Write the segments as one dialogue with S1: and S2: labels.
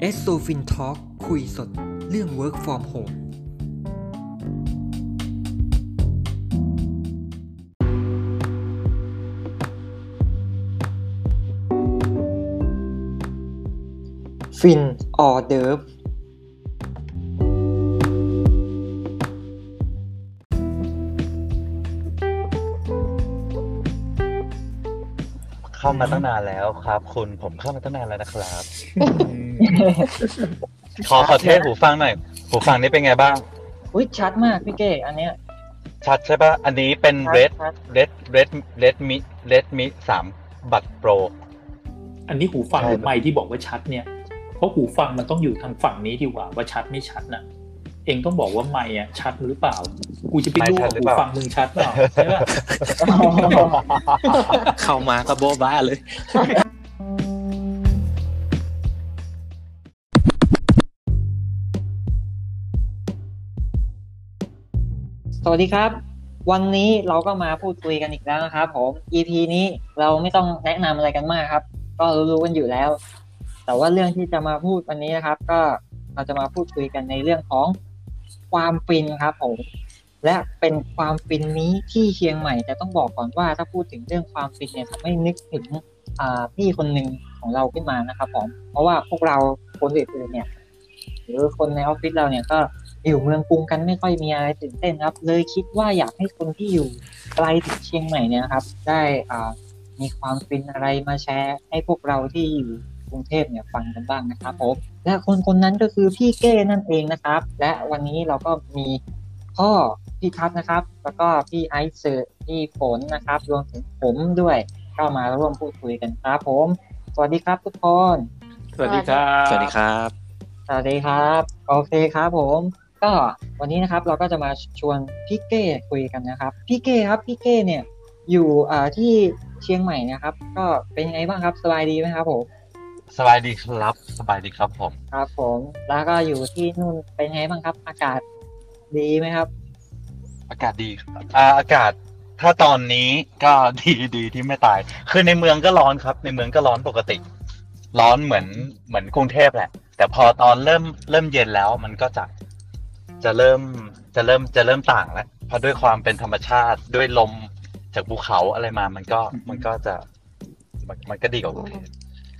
S1: เอสโซฟินทอ l k คุยสดเรื่อง Work from Home ฟินออเดิร์ฟ
S2: เข้ามาตั้งนานแล้วครับ คุณผมเข้ามาตั้งนานแล้วนะครับ ขอขอเทสหูฟังหน่อย หูฟังนี่เป็นไงบ้าง
S3: อุ้ยชัดมากพี่เก้อันเนี้ย
S2: ชัดใช่ปะอันนี้เป็น
S3: ชัด
S2: red
S3: ชัด
S2: red red red mi red mi สามบัตรโปร
S4: อันนี้หูฟัง
S2: ใช่
S4: หรือไม่ที่บอกว่าชัดเนี่ย เพราะหูฟังมันต้องอยู่ทางฝั่งนี้ดีกว่าว่าชัดไม่ชัดน่ะ เองต้องบอกว่าไม่อะชัดหรือเปล่า กูจะไปรู้ว่าหูฟังมึงชัดเปล่าใช่ป่ะ
S5: เข้ามาก็โบ๊ะบ้าเลย
S3: สวัสดีครับ วันนี้เราก็มาพูดคุยกันอีกแล้วนะครับผม EP นี้เราไม่ต้องแนะนำอะไรกันมากครับ ก็รู้ๆกันอยู่แล้ว แต่ว่าเรื่องที่จะมาพูดวันนี้นะครับ ก็เราจะมาพูดคุยกันในเรื่องของความฟินครับผม และเป็นความฟินนี้ที่เชียงใหม่ แต่ต้องบอกก่อนว่าถ้าพูดถึงเรื่องความฟินเนี่ยทำให้นึกถึงอ่าพี่คนหนึ่งของเราขึ้นมานะครับผมเพราะว่าพวกเราคนอื่นๆเนี่ย หรือคนในออฟฟิศเราเนี่ยก็อยู่เมืองกรุงกันไม่ค่อยมีอะไรตื่นเต้นครับ เลยคิดว่าอยากให้คนที่อยู่ไกลถึงเชียงใหม่เนี่ยนะครับ ได้อ่ามีความฟินอะไรมาแชร์ ให้พวกเราที่อยู่กรุงเทพเนี่ยฟังกันบ้างนะครับผมและคนคนนั้นก็คือพี่เก้นั่นเองนะครับ และวันนี้เราก็มีพ่อพี่ทัศน์นะครับ แล้วก็พี่ไอซ์เซอร์พี่ฝนนะครับรวมถึงผมด้วยเข้ามาร่วมพูดคุยกันครับผม สวัสดีครับทุกคน
S4: สวัสดีครับ
S5: สวัสดีครับ
S3: สวัสดีครับ โอเคครับผม ก็วันนี้นะครับเราก็จะมาชวนพี่เก้คุยกันนะครับพี่เก้ครับพี่เก้เนี่ยอยู่อ่าที่เชียงใหม่นะครับ ก็เป็นยังไงบ้างครับสบายดีไหมครับผม
S2: สบายดีครับ สบายดีครับผม
S3: ครับ ผมแล้วก็อยู่ที่นู่นเป็นยังไงบ้างครับ อากาศดีไหมครับ
S2: อากาศดีอ่าอากาศ ถ้าตอนนี้ก็ดีดีที่ไม่ตาย คือในเมืองก็ร้อนครับ ในเมืองก็ร้อนปกติ ร้อนเหมือนเหมือนกรุงเทพแหละ แต่พอตอนเริ่มเริ่มเย็นแล้วมันก็จะจะเริ่มจะเริ่มจะเริ่มต่างแล้วเพราะด้วยความเป็นธรรมชาติด้วยลมจากภูเขาอะไรมา มันก็มันก็จะมันมันก็ดีกว่ากรุงเทพ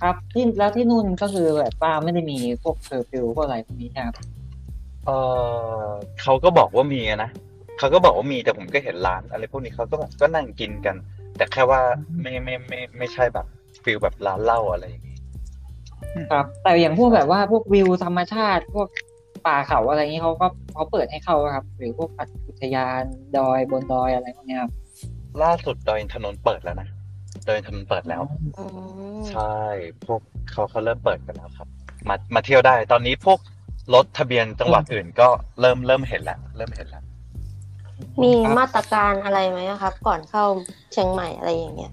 S3: ครับที่แล้วที่นู่นก็คือแบบว่าไม่ได้มีพวกเคอร์ฟิวพวกอะไรพวกนี้ใช่ไหมครับ
S2: เออเขาก็บอกว่ามีอะนะเขาก็บอกว่ามีแต่ผมก็เห็นร้าน อะไรพวกนี้เขาก็แบบก็นั่งกินกัน แต่แค่ว่าไม่ไม่ไม่ไม่ใช่แบบฟิลแบบร้านเหล้าอะไรอย่างงี้
S3: ครับ แต่อย่างพวกแบบว่าพวกวิวธรรมชาติพวกป่าเขาอะไรอย่างนี้เขาก็เขาเปิดให้เข้าครับ หรือพวกอุทยานดอยบนดอยอะไรพวกเนี้ยครับ
S2: ล่าสุดดอยอินทนนท์เปิดแล้วนะดอยอินทนนท์เปิดแล้ว ใช่ พวกเขาเขาเริ่มเปิดกันแล้วครับ มามาเที่ยวได้ ตอนนี้พวกรถทะเบียนจังหวัดอื่นก็เริ่มเริ่มเห็นแล้วเริ่มเห็นแล้ว
S6: มี
S3: ครับ
S6: มาตรการอะไรไหมอะครับ ก่อนเข้าเชียงใหม่อะไรอย่างเงี้ย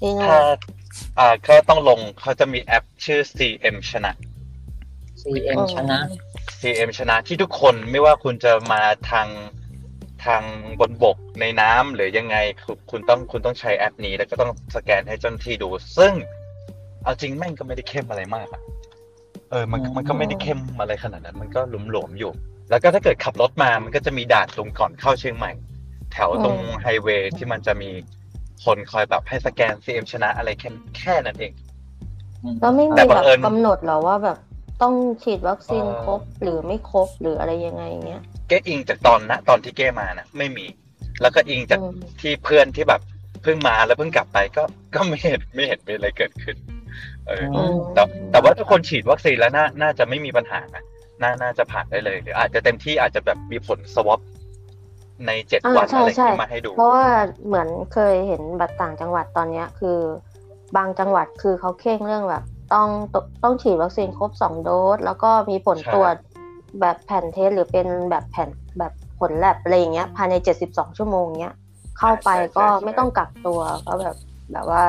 S6: ที่นู่น
S2: ถ้าอ่าก็ต้องลงเขาจะมีแอปชื่อ CM ชนะ
S3: CM ชนะ
S2: CM ชนะที่ทุกคนไม่ว่าคุณจะมาทางทางบนบกในน้ำหรือยังไงคือคุณต้องคุณต้องใช้แอปนี้ แล้วก็ต้องสแกนให้เจ้าหน้าที่ดู ซึ่ง เอาจริงแม่งก็ไม่ได้เข้มอะไรมากอะเออมันมันก็ไม่ได้เข้มอะไรขนาดนั้น มันก็หลวมๆอยู่ แล้วก็ถ้าเกิดขับรถมามันก็จะมีด่านตรงก่อนเข้าเชียงใหม่ แถวตรงไฮเวย์ที่มันจะมีคนคอยแบบให้สแกน CM ชนะอะไรแค่แค่นั้นเอง
S6: ก็ไม่
S2: แต่
S6: มี
S2: บั
S6: แบ
S2: ง
S6: บ
S2: เอิญ
S6: กำหนดหรอว่าแบบต้องฉีดวัคซีน
S2: เอ่อ
S6: ครบหรือไม่ครบหรืออะไรยังไงเงี้ย
S2: เก้อิงจากตอนนะตอนที่เก้มานะไม่มี แล้วก็อิงจาก
S6: อืม
S2: ที่เพื่อนที่แบบเพิ่งมาแล้วเพิ่งกลับไปก็ก็ไม่เห็นไม่เห็นมีอะไรเกิดขึ้น เออ
S3: ม
S2: แต่แต่ว่าถ้าคนฉีดวัคซีนแล้วน่าน่าจะไม่มีปัญหานะน่าน่าจะผ่านได้เลยหรืออาจจะเต็มที่อาจจะแบบมีผลสวอปในเจ็ด
S6: อ่า
S2: วันอะ
S6: ใช่
S2: ไรอย่าง
S6: ใช่
S2: งี้มาให้ดู
S6: เพราะว่าเหมือนเคยเห็นบัตรต่างจังหวัดตอนเนี้ยคือ บางจังหวัดคือเขาเคร่งเรื่องแบบ ต้องต้องฉีดวัคซีนครบสองโดส แล้วก็มีผล
S2: ใช่
S6: ตรวจแบบแผ่นเทสหรือเป็นแบบแผ่นแบบผลแลบอะไรอย่างเงี้ยภายในเจ็ดสิบสองชั่วโมงเงี้ย เข้าไปก็ไม่ต้องกักตัวก็แบบแบบว่า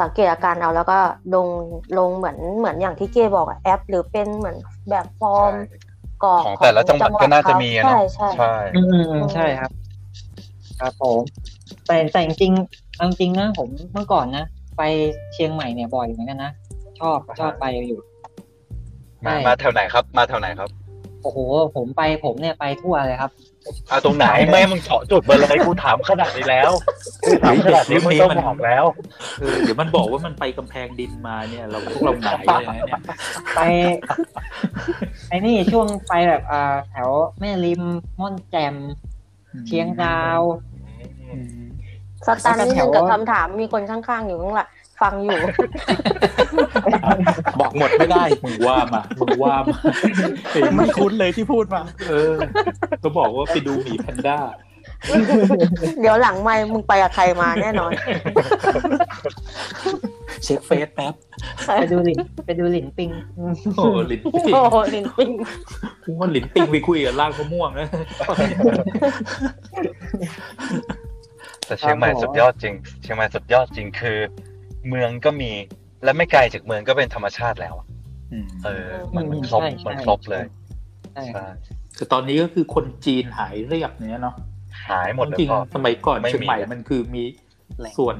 S6: สังเกตอาการเอาแล้วก็ลงลงเหมือนเหมือนอย่างที่เก้บอกอะแอป หรือเป็นเหมือนแบบฟอร์ม
S2: ใช่
S6: กรอก
S2: ของแต่ละจังหวัดก็น่าจะมีอะ
S6: ใช่
S2: เนาะ
S6: ใช่
S2: ใช่
S3: อืมใช่ครับ ครับผม แต่แต่จริงๆเอาจริงนะผมเมื่อก่อนนะ ไปเชียงใหม่เนี่ยบ่อยเหมือนกันนะ ชอบชอบไปอยู่
S2: มา
S3: ใช่
S2: มาแถวไหนครับ มาแถวไหนครับ
S3: โอ้โห ผมไปผมเนี่ยไปทั่วเลยครับ
S2: อ่ะตรงไหนแม่มึงเจาะจุดมาเลยกูถามขนาดนี้แล้วกูถามขนาดนี้มึงต้องบอกแล้ว
S4: เออเดี๋ยวมันบอกว่ามันไปกำแพงดินมาเนี่ย เราพวกเราหงายเลยนะเนี่ย
S3: ไป ไอ้นี่ช่วงไปแบบอ่าแถวแม่ริมม่อนแจ่มเชียงดาว
S4: อืม
S6: สตันนิดนึงกับคำถามมีคนข้างๆอยู่ข้างหลังฟังอยู่
S5: บอกหมดไม่ได้
S4: มึงว่ามามึงว่ามาเอง
S5: ไม่คุ้นเลยที่พูดมา
S4: เออก็บอกว่าไปดูหมีแพนด้า
S6: เดี๋ยวหลังไม่มึงไปกับใครมาแน่นอน
S5: เช็คเฟซแป๊บ
S3: ไปดูหลิน ไปดูหลินปิง
S4: โอ้ลินปิง
S6: โอ้โหลินปิง
S4: กูว่าลินปิงไปคุยกับร่างมะม่วงนะ
S2: แต่เชียงใหม่
S3: ครับผม
S2: สุดยอดจริง เชียงใหม่สุดยอดจริงคือ เมืองก็มี และไม่ไกลจากเมืองก็เป็นธรรมชาติแล้วอะเออ มันมันครบ
S3: ใช่ใช่
S2: มันครบเลย
S3: ใช่
S2: ใช่
S4: แต่ตอนนี้ก็คือคนจีนหายเรียบเนี่ยเนาะ
S2: หายหมดเลย
S4: จริง
S2: พ่อ
S4: ๆสมัยก่อน
S2: ไม่มี
S4: เชียงใหม่มันคือมีส่วน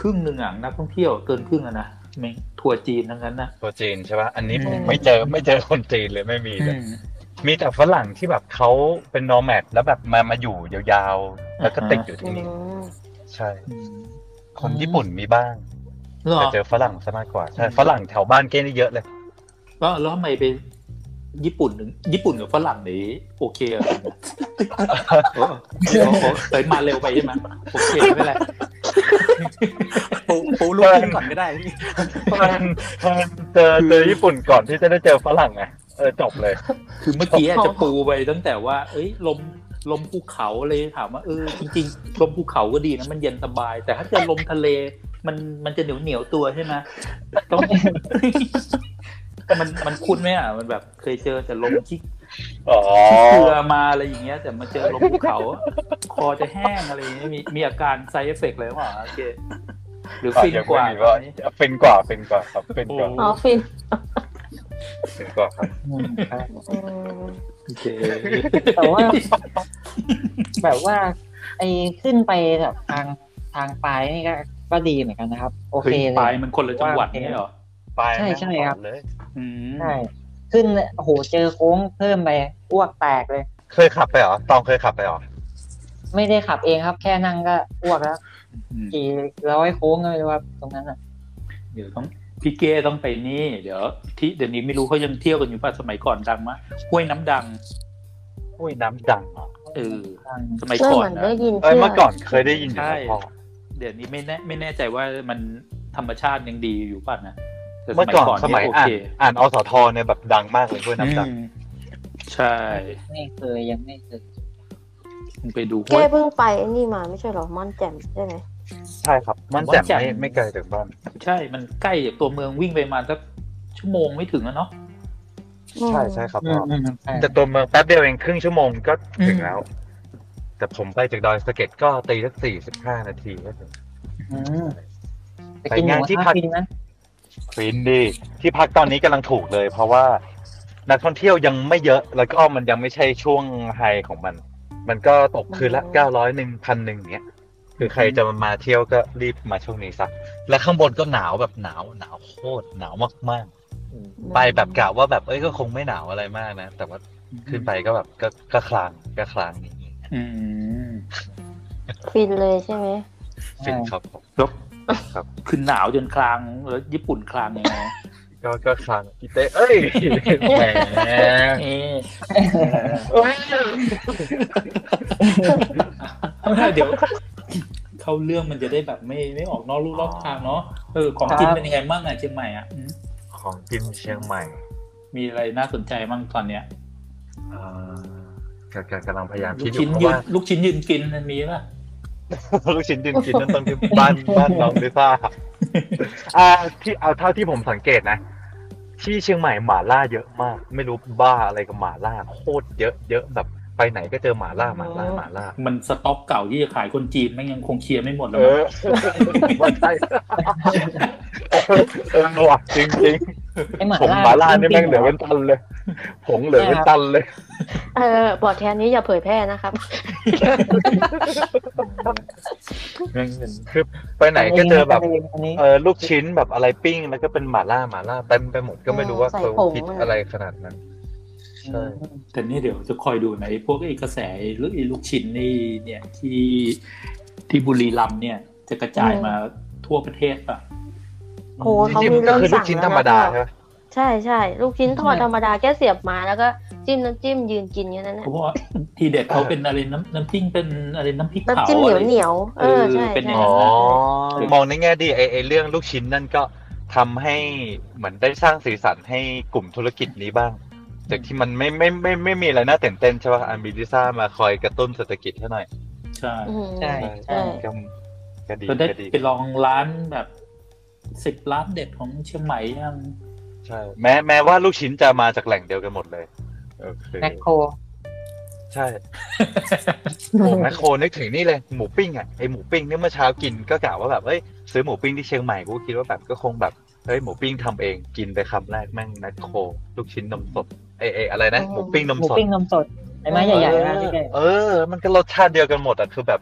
S4: ครึ่งหนึ่งอ่ะนักท่องเที่ยวเกินครึ่งอ่ะนะแม่งทัวร์จีนทั้งนั้นนะ
S2: ตัวจีนใช่ป่ะอันนี้ผม
S4: อืม
S2: ไม่เจอไม่เจอคนจีนเลยไม่มีเลย มีแต่ฝรั่งที่แบบเขาเป็นนอร์แมดแล้วแบบมามาอยู่ยาวๆ แล้วก็ติดอยู่ที่นี่ใช่
S4: อืม
S2: คนญี่ปุ่นมีบ้าง
S4: เหรอ
S2: แต่เจอฝรั่งซะมากกว่าใช่
S4: อืม
S2: ฝรั่งแถวบ้านเก้นี่เยอะเลย
S4: แล้วแล้วทำไมไปญี่ปุ่นถึงญี่ปุ่นกับฝรั่งนี่โอเคเหรอโอ้โหเตยมาเร็วไปใช่ไหมโอเคไม่เป็นไร
S5: ปูปูลูกขึ้นก่อนก็ได้พี่
S2: ฝรั่งฝรั่งเจอเจอญี่ปุ่นก่อนที่จะได้เจอฝรั่งไงเออจบเลย
S4: คือเมื่อกี้อาจจะปูไปตั้งแต่ว่า เอ้ย ลมลมภูเขาเลยถามว่าเออจริงๆลมภูเขาก็ดีนะมันเย็นสบาย แต่ถ้าเกิดลมทะเลมันมันจะเหนียวเหนียวๆตัวใช่ไหมต้อง มันมันคุ้นไหมอ่ะมันแบบเคยเจอแต่ลมขี้
S2: อ๋อ
S4: ขี้เกลือมาอะไรอย่างเงี้ย แต่มาเจอลมภูเขา คอจะแห้งอะไรอย่างเงี้ยมีมีอาการไซเอฟเฟกเลยหรือเปล่าโอเคหรือฟินกว่า
S2: ยังไม่มีว่า
S4: ตอนนี้
S2: เป็นกว่าเป็นกว่าครับเป็นกว่า
S4: โ
S6: อ๋อฟิน
S2: เป็นกว่าครับ
S6: อืม
S4: โอเค
S3: แต่ว่า แบบว่า ไอ้ขึ้นไปแบบทางทางปลายนี่ก็ก็ดีเหมือนกันนะครับ โอเค
S4: เคย
S3: เล
S4: ไป
S3: ย
S4: มันคนละจังหวัดเนี่ยเหรอ
S2: ไปนะ
S3: ใช่ใช่ครับ
S2: ต่อเลย
S4: อืม
S3: ใช่ขึ้นโอ้โหเจอโค้งเพิ่มไปอ้วกแตกเลย
S2: เคยขับไปเหรอตองเคยขับไปเหรอ
S3: ไม่ได้ขับเองครับ แค่นั่งก็อ้วกแล้วกี่ร้อยโค้งก็ไม่รู้ครับตรงนั้นอ่ะ
S4: เดี๋ยวต้องพี่เก้ต้องไปนี่ เดี๋ยวที่เดี๋ยวนี้ไม่รู้เขายังเที่ยวกันอยู่ป่ะสมัยก่อนดังมะห้วยน้ำดัง
S2: อุ้ยน้ำดังเหรอ
S4: เออสมัย
S6: เรื่อง
S4: ก่อน
S6: เหมือน
S4: นะ
S6: ได้ยิน
S2: เอ้ย
S6: ชื่
S2: เมื่อก่อนเคยได้ยินอยู่นะ
S4: ใช่
S2: พ่อ
S4: เดี๋ยวนี้ไม่แน่ไม่แน่ใจว่ามันธรรมชาติยังดีอยู่ป่ะนะแต่
S2: เมื่อก่อนสมัย
S4: เโอ
S2: อ่าน
S4: เค
S2: อ่านอสทเนี่ยแบบดังมากเลยห้วยน้ำดัง
S4: อืมใช่
S3: ไม่เคยยังไม่เคย
S4: มึงไปดูห้ว
S6: แก้
S4: ย
S6: เพิ่งไปไอ้นี่มาไม่ใช่เหรอม่อนแจ่มใช่ไหม
S2: ใช่ครับ มันแจ่ม
S4: มันแจ่ม
S2: ไม่ไม่ไกลจากบ้าน
S4: ใช่มันใกล้จากตัวเมืองวิ่งไปประมาณสักชั่วโมงไม่ถึงอะเนาะ
S2: ใช่ใช่ครับ
S3: อื
S2: พ่
S3: ม
S2: อ
S3: อืมใช่
S2: แต่ตัวเมืองแป๊บเดียวเองครึ่งชั่วโมงก็ถึง
S4: อืม
S2: แล้ว แต่ผมไปจากดอยสะเก็ดก็ตีสักสี่สิบห้านาทีก็ถึง
S3: อืมไปกินหมู
S2: ไปงานที่
S3: กระ
S2: พั
S3: ทะ
S2: ก
S3: กินนั้น
S2: ฟินดี ที่พักตอนนี้กำลังถูกเลย เพราะว่านักท่องเที่ยวยังไม่เยอะแล้วก็มันยังไม่ใช่ช่วงไฮของมัน มันก็ตกคืนละเก้าร้อยหนึ่งพันหนึ่งเนี้ยคือใครจะมาเที่ยวก็รีบมาช่วงนี้ซะและข้างบนก็หนาวแบบหนาวหนาวโคตรหนาวมากๆ ไปแบบกะว่าแบบเอ้ยก็คงไม่หนาวอะไรมากนะแต่ว่า ขึ้นไปก็แบบก็ก็คลางก็คลางอย่างนี้
S4: อืม
S6: ฟินเลยใช่ไหม
S2: ฟิน
S3: ใช่
S2: ครับผม
S4: แล้วคือหนาวจนคลางแล้วญี่ปุ่นคลางยังไง
S2: ก็ก็คลางอีเต้เอ้ย แหมเอ้ย
S4: ไม่ได้เดี๋ยว เข้าเรื่องมันจะได้แบบไม่ไม่ออกนอกลู่นอกทางเนาะเออของกิน
S3: ครับ
S4: เป็นยังไงบ้างอ่ะเชียงใหม่อ่ะอืม
S2: ของกินเชียงใหม่
S4: มีอะไรน่าสนใจบ้างตอนเนี้ย
S2: เอ่อกำลังกำลังพยายาม
S4: ลู
S2: คิด
S4: ก
S2: อ
S4: ชิ้
S2: ยู่เพราะ
S4: นยืน
S2: ว่า
S4: ลูกชิ้นยืนกินมันมีป่ะ
S2: ลูกชิ้น ยืนกินนั่นต้องที่บ้านบ้านน้องลิ ซ่าอ่าที่เอาเท่าที่ผมสังเกตนะ ที่เชียงใหม่หมาล่าเยอะมาก ไม่รู้บ้าอะไรกับหมาล่าโคตรเยอะเยอะแบบไปไหนก็เจอหมาล่าหมาล่าหมาล่า
S4: มันสต็อกเก่าที่จะขายคนจีนไม่งยังคงเคลียร์ไม่หมดแล้
S2: เอ
S4: วมั้ง
S2: อว่าใช่เออว่ะจริงจริง
S3: ไอหมา
S2: ผม
S3: ล่า
S2: หมาล่านี่แม่งเหลือเป็นพันเลย
S4: เ
S2: ผงเหลือเป็นตันเลย
S6: เออบอร์ดแทนนี้อย่าเผยแพร่นะครับ
S2: คือไปไหนก็เจอแบบ
S3: กันงอันนี้
S2: เออลูกชิ้นแบบอะไรปิ้ง แล้วก็เป็นหมาล่าหมาล่าเต็มไปหมดก็ไม่รู้ว่า
S6: ใส่
S2: เขา
S6: ผง
S2: คิดอะไรขนาดนั้น ใช่
S4: แต่นี่เดี๋ยวจะคอยดูในะไอ้พวกไอ้กระแสหรือไอ้ลูกชิ้นนี่เนี่ยที่ที่บุรีรัมย์เนี่ย จะกระจายมาทั่วประเทศป่ะ
S6: โอ้
S2: จ
S6: เขา
S2: ริงๆ
S6: มี
S2: มันก็
S6: เริ่ม
S2: คือลู
S6: สั่
S2: ก
S6: ง
S2: ชิ้น
S6: แล้ว
S2: ธรรมดาใช่ไหม
S6: ใช่ใช่ลูกชิ้นทอด
S4: ใช่
S6: ธรรมดาแค่เสียบมาแล้วก็จิ้มน้ำจิ้มยืนกินอย่างนั้นนะ
S4: เพราะว่าทีเด็ดเขาเป็นอะไรน้ำน้ำจิ้มเป็นอะไรน้ำพริก
S6: น้ำ
S4: เผา
S6: จิ้มเหนียว
S4: อะไร
S6: เหนียวๆเออใช่
S4: เออเป็นอย่า
S6: ใช่
S4: ง
S2: อ๋
S4: นั้
S2: อ
S4: น
S2: มองในแง่ดีไอไอเรื่องลูกชิ้นนั่นก็ทำให้เหมือนได้สร้างสีสันให้กลุ่มธุรกิจนี้บ้าง จากที่มันไม่ไม่ไม่ไม่มีอะไรน่าตื่นเต้นใช่ป่ะอันมีลิซ่ามาคอยกระตุ้นเศรษฐกิจให้หน่อย
S4: ใช่
S6: อืม
S3: ใช่
S6: ใช่
S2: ก็ก็ดี
S4: ก็ได้
S2: ก็ดี
S4: ไปลองร้านแบบสิบร้านเด็ดของเชียงใหม่ยัง
S2: ใช่แม้แม้ว่าลูกชิ้นจะมาจากแหล่งเดียวกันหมดเลยโอเค
S3: แมคโคร
S2: ใช่ แมคโครนึกถึงนี่เลยหมูปิ้งอ่ะไอหมูปิ้งนี่เมื่อเช้ากินก็กะว่าแบบเอ้ยซื้อหมูปิ้งที่เชียงใหม่กูก็คิดว่าแบบก็คงแบบเฮ้ยหมูปิ้งทำเองกินไปคำแรกแม่งแมคโครลูกชิ้นนมสดไอไออะไรนะ
S6: อ๋อ
S2: หมูปิ้งนม
S3: หมู
S2: สด
S3: ปิ้งนมสดไอ้ไม้ใหญ่ๆนะพี่เก้
S2: เออ มันก็รสชาติเดียวกันหมดอ่ะคือแบบ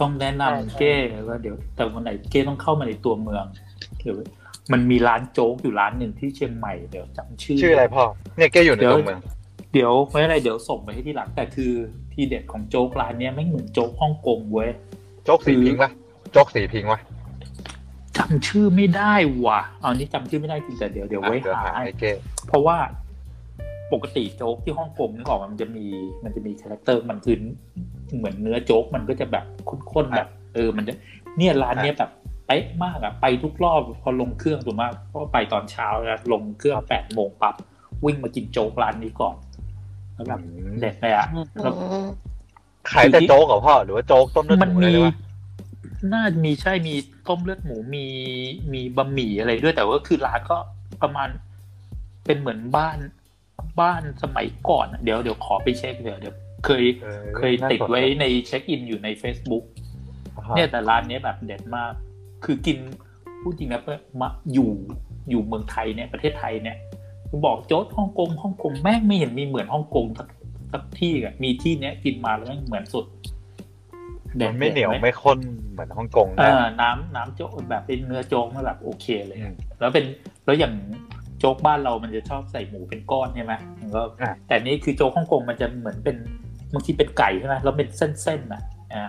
S4: ต้องแนะ
S3: ใช่ใช่
S4: นำเก้ว่าเดี๋ยว แต่วันไหนเก้ต้องเข้ามาในตัวเมืองเดี๋ยวมันมีร้านโจ๊กอยู่ร้านหนึ่งที่เชียงใหม่เดี๋ยวจำชื่อ
S2: ชื่ออะไรพ่อเนี่ยแกอยู่ในตัวเมือง
S4: เดี๋ยวไม่อะไรเดี๋ยวส่งไปให้ที่หลังแต่คือที่เด็ดของโจ๊กร้านเนี้ยไม่งเหมือนโจ๊กฮ่องกงเว้ย
S2: โจ๊กสีพิงค์ปะโจ๊กสีพิงค์ปะ
S4: จำชื่อไม่ได้ว่ะเอานี้จำชื่อไม่ได้จริงแต่เดี๋ยวเดี๋ยว
S2: อ่ะ
S4: ไว้
S2: เดี๋ยว
S4: หา
S2: หาไอเก
S4: เพราะว่าปกติโจ๊กที่ฮ่องกงนึกออกไหมมันจะมีมันจะมีคาแรคเตอร์มันคือเหมือนเนื้อโจ๊กมันก็จะแบบข้นๆแบบ เออมันจะเนี่ยร้านเนี้ยแบบเป๊ะมากอะไปทุกรอบพอลงเครื่องถูกมากเพราะไปตอนเช้าแล้วลงเครื่องแปดโมงปั๊บวิ่งมากินโจ๊กร้านนี้ก่อนแล้วแบบเด็ดเลยอะแล้ว
S6: อืม
S2: ขายแต่โจ๊กเหรอพ่อหรือว่าโจ๊กต้มเลือดห
S4: มัน
S2: มูอะไร
S4: มี
S2: ด้วยวะ
S4: น่าจะมีใช่มีต้มเลือดหมูมีมีบะหมี่อะไรด้วยแต่ว่าคือร้านก็ประมาณเป็นเหมือนบ้านบ้านสมัยก่อนอะเดี๋ยวเดี๋ยวขอไปเช็คเดี๋ยวเดี๋ยวเคย
S2: ออ
S4: เคยติดไว้ในเช็คอินอยู่ใน Facebook
S2: อ่าฮะ
S4: เนี่ยแต่ร้านเนี้ยแบบเด็ดมาก คือกินพูดจริงนะเพื่อนมาอยู่อยู่เมืองไทยเนี่ยประเทศไทยเนี่ยบอกโจ๊ตฮ่องกงฮ่องกงแม่งไม่เห็นมีเหมือนฮ่องกงสักสักที่อะมีที่เนี้ยกินมาแล้วแม่งเหมือนสุดด็
S2: มั
S4: ด
S2: นไม่เหนียว
S4: ด็ด
S2: ไม่ข้นเหมือนฮ่องกง
S4: เอ
S2: นะ
S4: อน้ำน้ำโจ๊กแบบเป็นเนื้อโจ๊กมาแบบโอเคเลย
S2: อืม
S4: อะแล้วเป็นแล้วอย่างโจ๊กบ้านเรามันจะชอบใส่หมูเป็นก้อนใช่ไหมมันก็
S2: อ่ะ
S4: แต่นี่คือโจ๊กฮ่องกงมันจะเหมือนเป็นบางทีเป็นไก่ใช่ไหมแล้วเป็นเส้นๆอ่ะ อ่า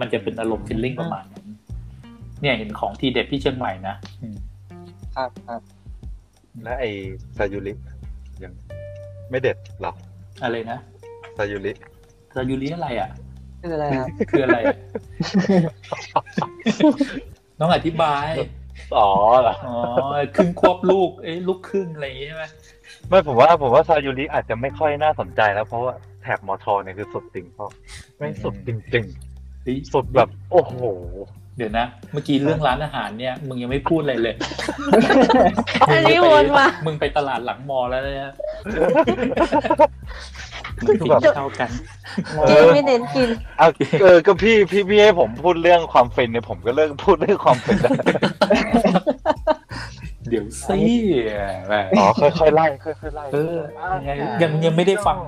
S4: มันจะเป็นอารมณ์ฟิลลิ่งประมาณนั้นเนี่ยเห็นของทีเด็ดที่เชียงใหม่นะอืม
S3: ครับครับ
S2: แล้วไอซายุริยังไม่เด็ดเหรอ
S4: อะไรนะ
S2: ซายุริ
S4: ซายูริอะไรอ่ะ
S3: คืออะไรครับ
S4: คืออะไร อะ น้องอธิบาย
S2: อ๋อเหรอ
S4: อ๋อครึ่งควบลูกเอ้ยลูกครึ่งอะไรอย่างงี้ใช่ไหม
S2: ไม่ผมว่าผมว่าซายูริอาจจะไม่ค่อยน่าสนใจแล้ว เพราะว่าแถบมอทอเนี่ยคือสุดจริงพ่อไม่งสุดจริงๆ สุดแบบ โอ้โห
S4: เดี๋ยวนะ เมื่อกี้เรื่องร้านอาหารเนี่ย มึงยังไม่พูดอะไรเลย
S6: อันนี้วนมา
S4: มึงไปตลาดหลังมอแล้วนะฮะ
S2: คือ
S4: มันกิ
S2: แบบ
S4: นเท่ากัน
S2: เอ
S6: กิ
S2: อ
S6: นไม่เน้นกิน
S2: เอาเออก็พี่พี่พี่ให้ผมพูดเรื่องความฟินเนี่ยผมก็เลิกพูดเรื่องความฟินแล้ว
S4: เดี๋ยวสิแหม
S2: อ๋อ ค่อยๆไล่ค่อยๆไล่
S4: เออยังยังยังไม่ได้ฟัง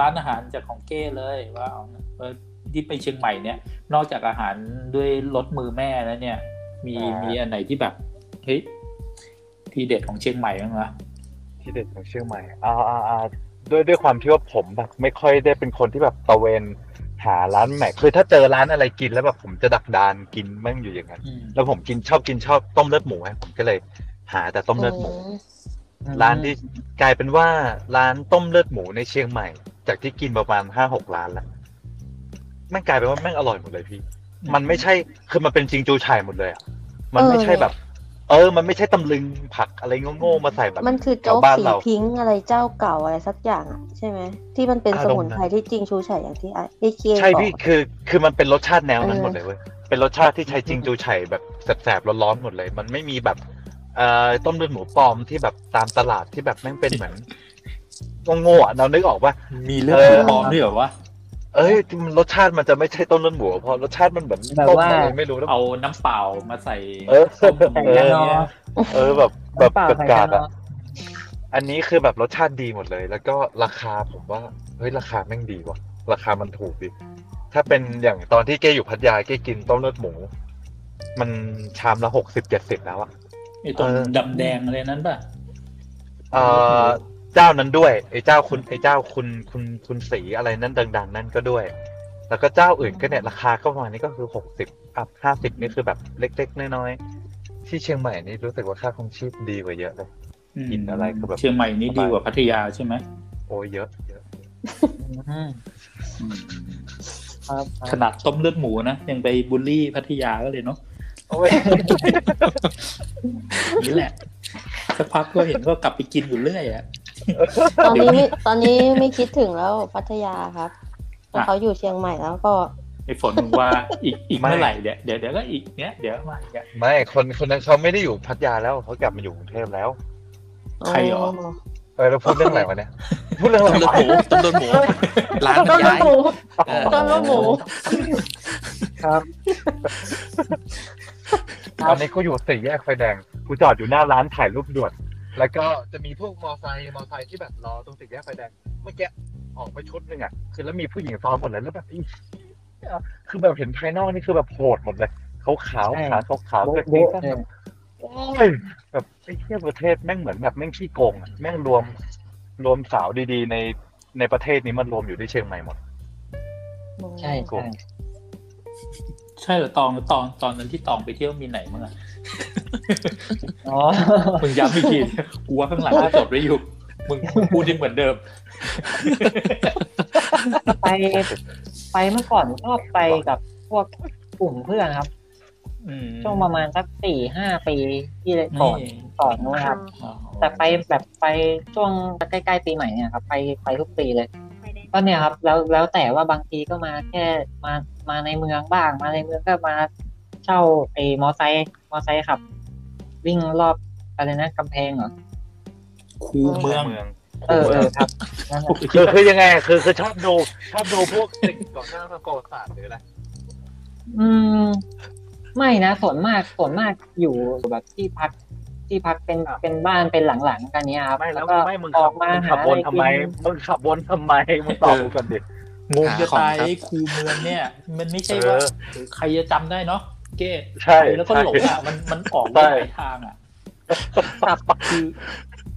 S4: ร้านอาหารจากของเก้เลยว่าเอาเออที่ไปเชียงใหม่เนี่ย นอกจากอาหารด้วยรสมือแม่แล้วเนี่ย มีมีอันไหนที่แบบเฮ้ยทีเด็ดของเชียงใหม่บ้างวะ
S2: ที่เด็ดของเชียงใหม่อ่าอ่าอ่าด้วยด้วยความที่ว่าผมแบบไม่ค่อยได้เป็นคนที่แบบตะเวนหาร้านใหม่คือถ้าเจอร้านอะไรกินแล้วแบบผมจะดักดานกินแม่งอยู่อย่างนั้น แล้วผมกินชอบกินชอบต้มเลือดหมูไงผมก็เลยหาแต่ต้มเลือดหมู ร้านที่กลายเป็นว่าร้านต้มเลือดหมูในเชียงใหม่ จากที่กินประมาณห้าหกร้านแล้วแม่งกลายเป็นว่าแม่งอร่อยหมดเลยพี่
S4: อืม
S2: มันไม่ใช่คือมันเป็นจริงจูฉ่ายหมดเลยอ่ะมันไม่ใช่
S6: เออ
S2: แบบ เออ มันไม่ใช่ตำลึงผักอะไรโง่ๆมาใส่แบบ
S6: มันคือโจ๊ก
S2: แถวบ้าน
S6: สี
S2: เรา
S6: พิงค์อะไรเจ้าเก่าอะไรสักอย่างอ่ะใช่ไหมที่มันเป็น
S2: อา
S6: ส
S2: รมณ์
S6: มุนไพร
S2: นั้น
S6: ที่จริงชูชัยอย่างที่ไอ้ไอ้เคีย
S2: ใช่
S6: บอก
S2: พี่คือคือมันเป็นรสชาติแนวนั้นหมดเลยเว้ยเป็นรสชาติที่ใช้จริงจูไฉแบบแสบๆร้อนๆหมดเลย มันไม่มีแบบเอ่อต้มเลือดหมูปลอมที่แบบตามตลาดที่แบบแม่งเป็นเหมือนโง่ๆอะเรานึกออกว่า
S4: มีเรื่องหมูปลอมด้วยเหรอวะ
S2: เอ้ยมันรสชาติมันจะไม่ใช่ต้มเลือดหมูเพราะรสชาติมันเหมือน
S3: แบบ
S2: ต้ม
S3: ว่า
S2: อะไรไม่รู้แล้ว
S4: เอาน้ำเปล่ามาใส่
S2: เออ
S4: ต้มเลือดหมู
S3: ใส่ยา
S4: เนี่ย
S3: นอ
S2: เออแบบแบบ
S3: เปล่า
S2: กัดกาย
S3: ใส่า
S2: ด
S3: น
S2: อ่ะ
S3: อ
S2: อันนี้คือแบบรสชาติดีหมดเลย แล้วก็ราคาผมว่าเฮ้ยราคาแม่งดีว่ะ ราคามันถูกดิถ้าเป็นอย่างตอนที่เก้อยู่พัทยาเก้กินต้มเลือดหมู มันชามละหกสิบเจ็ดสิบแล้วอะ
S4: ไอ้ตรง
S2: เออ
S4: ดำแดงอะไรนั้นป่ะ
S2: เอ่อเจ้านั้นด้วยไอ้เจ้าคุณไอ้เจ้าคุณคุณคุณสีอะไรนั่นดัง ๆ นั่นก็ด้วย แล้วก็เจ้าอื่นก็เนี่ยราคาก็ประมาณนี้ก็คือหกสิบอัพห้าสิบนี่คือแบบเล็ก ๆ น้อยๆที่เชียงใหม่นี่รู้สึกว่าค่าครองชีพดีกว่าเยอะเลย
S4: ม
S2: กินอะไรคือแบบ
S4: เชียงใหม่นี่ดีกว่าพัทยาใช่ไหม
S2: โอ้ยเยอะเยอะ
S3: อืม
S4: อืม
S3: ครับครับ
S4: ขนาดต้มเลือดหมูนะยังไปบูลลี่พัทยาก็เลยเนาะ
S2: โอ้ย
S4: นี่แหละสักพักก็เห็นก็กลับไปกินอยู่เรื่อยอะ
S6: ตอนนี้ไม่ตอนนี้ไม่คิดถึงแล้วพัทยาครับเพราะ
S4: อ่ะ
S6: เขาอยู่เชียงใหม่แล้วก็
S4: ไอ้ฝนมึงว่าอีกอีก
S2: ไม่
S4: เมื่อไหร่เดี๋ยวเดี๋ยวเดี๋ยวก็อีกเนี้ยเดี๋ยวมาอีกอะ
S2: ไม่คนคนนั้นเขาไม่ได้อยู่พัทยาแล้วเขากลับมาอยู่กรุงเทพแล้ว
S4: ใครเหรอ
S2: เออเราพูดเรื่องอะไรวะ เนี่ยพูดเรื่อง
S5: ต้
S2: อะ
S5: ม
S2: ไร
S5: เลื
S2: วะ
S5: อดหมูต้มเลือดหมูร้านมันย้าย เออ
S6: ต้มเลือดหมู
S2: ครับตอนนี้กูอยู่สี่แยกไฟแดงกูจอดอยู่หน้าร้านถ่ายรูปด่วนแล้วก็จะมีพวกมอไซค์มอไซค์ที่แบบรอตรงสี่แยกไฟแดงเมื่อกี้ออกไปชุดหนึ่งอ่ะคือแล้วมีผู้หญิงซ้อนหมดเลยแล้วแบบอีคือแบบเห็นภายนอกนี่คือแบบโหดหมดเลยเขาขาว
S3: ใช่
S2: ขาเขาขาว
S3: โบ๊ะโบ๊ะ
S2: เสื้อสีส้ม
S3: เนี่ย
S2: โอ้ยแบบไอ้เที่ยประเทศแม่งเหมือนแบบแม่งขี้โกงอะแม่งรวม รวมสาวดีๆ ในในประเทศนี้มันรวมอยู่ที่เชียงใหม่หมด
S3: ใช่ใช่
S4: ใช่เหรอตองตองตอนนั้นที่ตองไปเที่ยวมีไหนมั้งอะ
S3: อ๋อ
S4: มึงย้ำอีกทีกูว่าข้างหลังก็จดไว้อยู่มึงมึงพูดยังเหมือนเดิม
S3: ไปไปเมื่อก่อนชอบไปกับพวกกลุ่มเพื่อนครับ
S4: อืม
S3: ช่วงประมาณสักสี่ห้าปีที่ก่อนก่อนนู้นครับ
S4: อ๋อ
S3: แต่ไปแบบไปช่วงใกล้ๆปีใหม่เนี่ยครับไปไปทุกปีเลยก็เนี่ยครับ แล้วแล้วแต่ว่าบางทีก็มาแค่มามาในเมืองบ้าง มาในเมืองก็มาเช่าไอ้มอไซค์มอไซค์ขับ วิ่งรอบอะไรนะกำแพงเหรอ
S4: คูเมือง
S3: เออเออครับนั่นแหละ
S2: คือคือยังไงอะคือคือชอบดูชอบดูพวกสิ่งก่อสร้างทางประวัติศาสตร์หรืออะไร
S3: อืม ไม่นะส่วนมากส่วนมากอยู่แบบที่พักที่พักเป็นเป็นบ้านเป็นหลังๆกันเนี้ยครับ
S2: ไม่แล้ว
S3: ก็
S2: ไม่มึง
S3: อ
S2: ขั
S3: อบ กมา
S2: มึง
S3: หา
S2: ขับ
S3: อะ
S2: ว
S3: ไร
S2: นทำ
S3: กิ
S2: ไม
S3: น
S2: มึงขับวนทำไมมึงตอบกูก่อน ดิ
S4: งงจะ
S5: หาของ
S4: ตาย
S5: ครับ
S4: ไอ้ครูเมืองเนี่ย มันไม่ใช่
S2: เออ
S4: ว่าใครจะจำได้เนาะเก้
S2: ใช่
S4: ไปแล้วก็หลง
S2: ใช่
S4: อ่ะมันมันออก
S2: ใช่
S4: ได้หลายทางอ่ะ
S3: ครับ
S4: คือ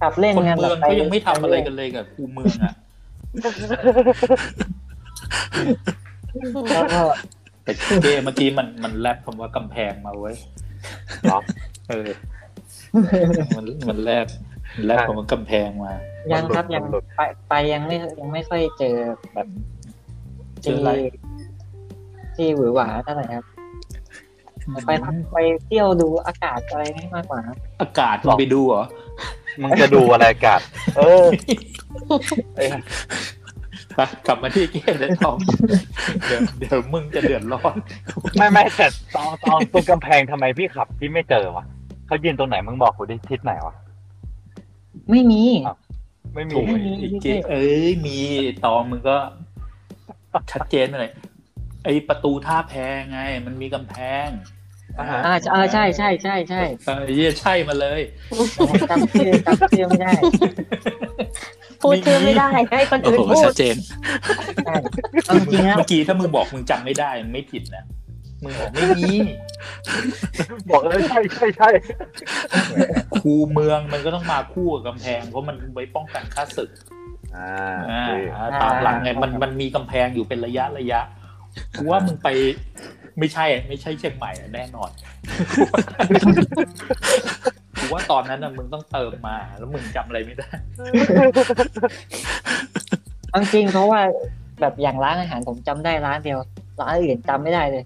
S3: ขับเล่น
S4: คน
S3: งาน
S4: เมือง
S3: ป
S4: เขายังไม่ทำอะไรกันเลยกับครูเมืองอ่ะ
S3: แล้วก็
S4: แต่เก้เมื่อกี้มันมันแรปคำว่ากำแพงมาเว้ย
S2: เหรอ
S4: เออมันมันแรปมันแรปคำว่ากำแพงมา
S3: ยังครับ
S2: มันห
S3: ยัง
S2: ลุดมันหลุด
S3: ไปไปยังไม่ยังไม่ค่อยเจอแบบ
S4: เจอ
S3: ที่
S4: อะไร
S3: ที่หวือหวาเท่าไหร่ครับไปพักไปเที่ยวดูอากาศอะไรนี่มากกว่าครับ
S4: อากาศลองไปดูเหรอ
S2: มึงจะดูอะไรกันเออไอ้
S4: ไปกลับมาที่เก้เลยทองเดี๋ยวเดี๋ยวมึงจะเดือดร้อน
S2: ไม่ไม่แต่ตองตองตรงกำแพงทำไมพี่ขับพี่ไม่เจอวะเขายืนตรงไหนมึงบอกกูดิทิศไหนวะ
S3: ไม่มี
S2: อ้าว ไม่มี
S4: โอ้ย
S3: มี
S4: อีก
S3: มี
S4: เกเอ้ยมีตองมึงก็ ชัดเจนเลยไอประตูท่าแพไง มันมีกำแพง
S2: อ่าฮะ
S3: อ่าเออใช่ใช่ใช่ใช่
S4: เออเยี่ยใช่มาเลย
S3: จำชื่อจำชื่อไม่ได้
S6: พูดชื่อไม่ได้ให้คน
S5: โอ้
S6: อื่น
S5: โห
S6: พู
S5: ชั
S6: ด
S5: ดเจน
S3: ใช่เอาจริงๆแล้ว
S4: เมื่อกี้ถ้ามึงบอกมึงจำไม่ได้มึงไม่ผิดนะมึงบอกไม่มี
S2: บอกเลยใช่ใช่ใช่
S4: คูเมืองมันก็ต้องมาคู่กับกำแพง เพราะมันไว้ป้องกันค่าศึก
S2: อ่า
S4: อ่าตามหลังไงมันมันมีกำแพงอยู่เป็นระยะระยะกูว่ามึงไปไม่ใช่ไม่ใช่เชียงใหม่อะแน่น อนกูว่าตอนนั้นน่ะมึงต้องเติมมา แล้วมึงจำอะไรไม่ได้
S3: เอาจริงเพราะว่าแบบอย่างร้านอาหารผมจำได้ร้านเดียวร้านอื่นจำไม่ได้เลย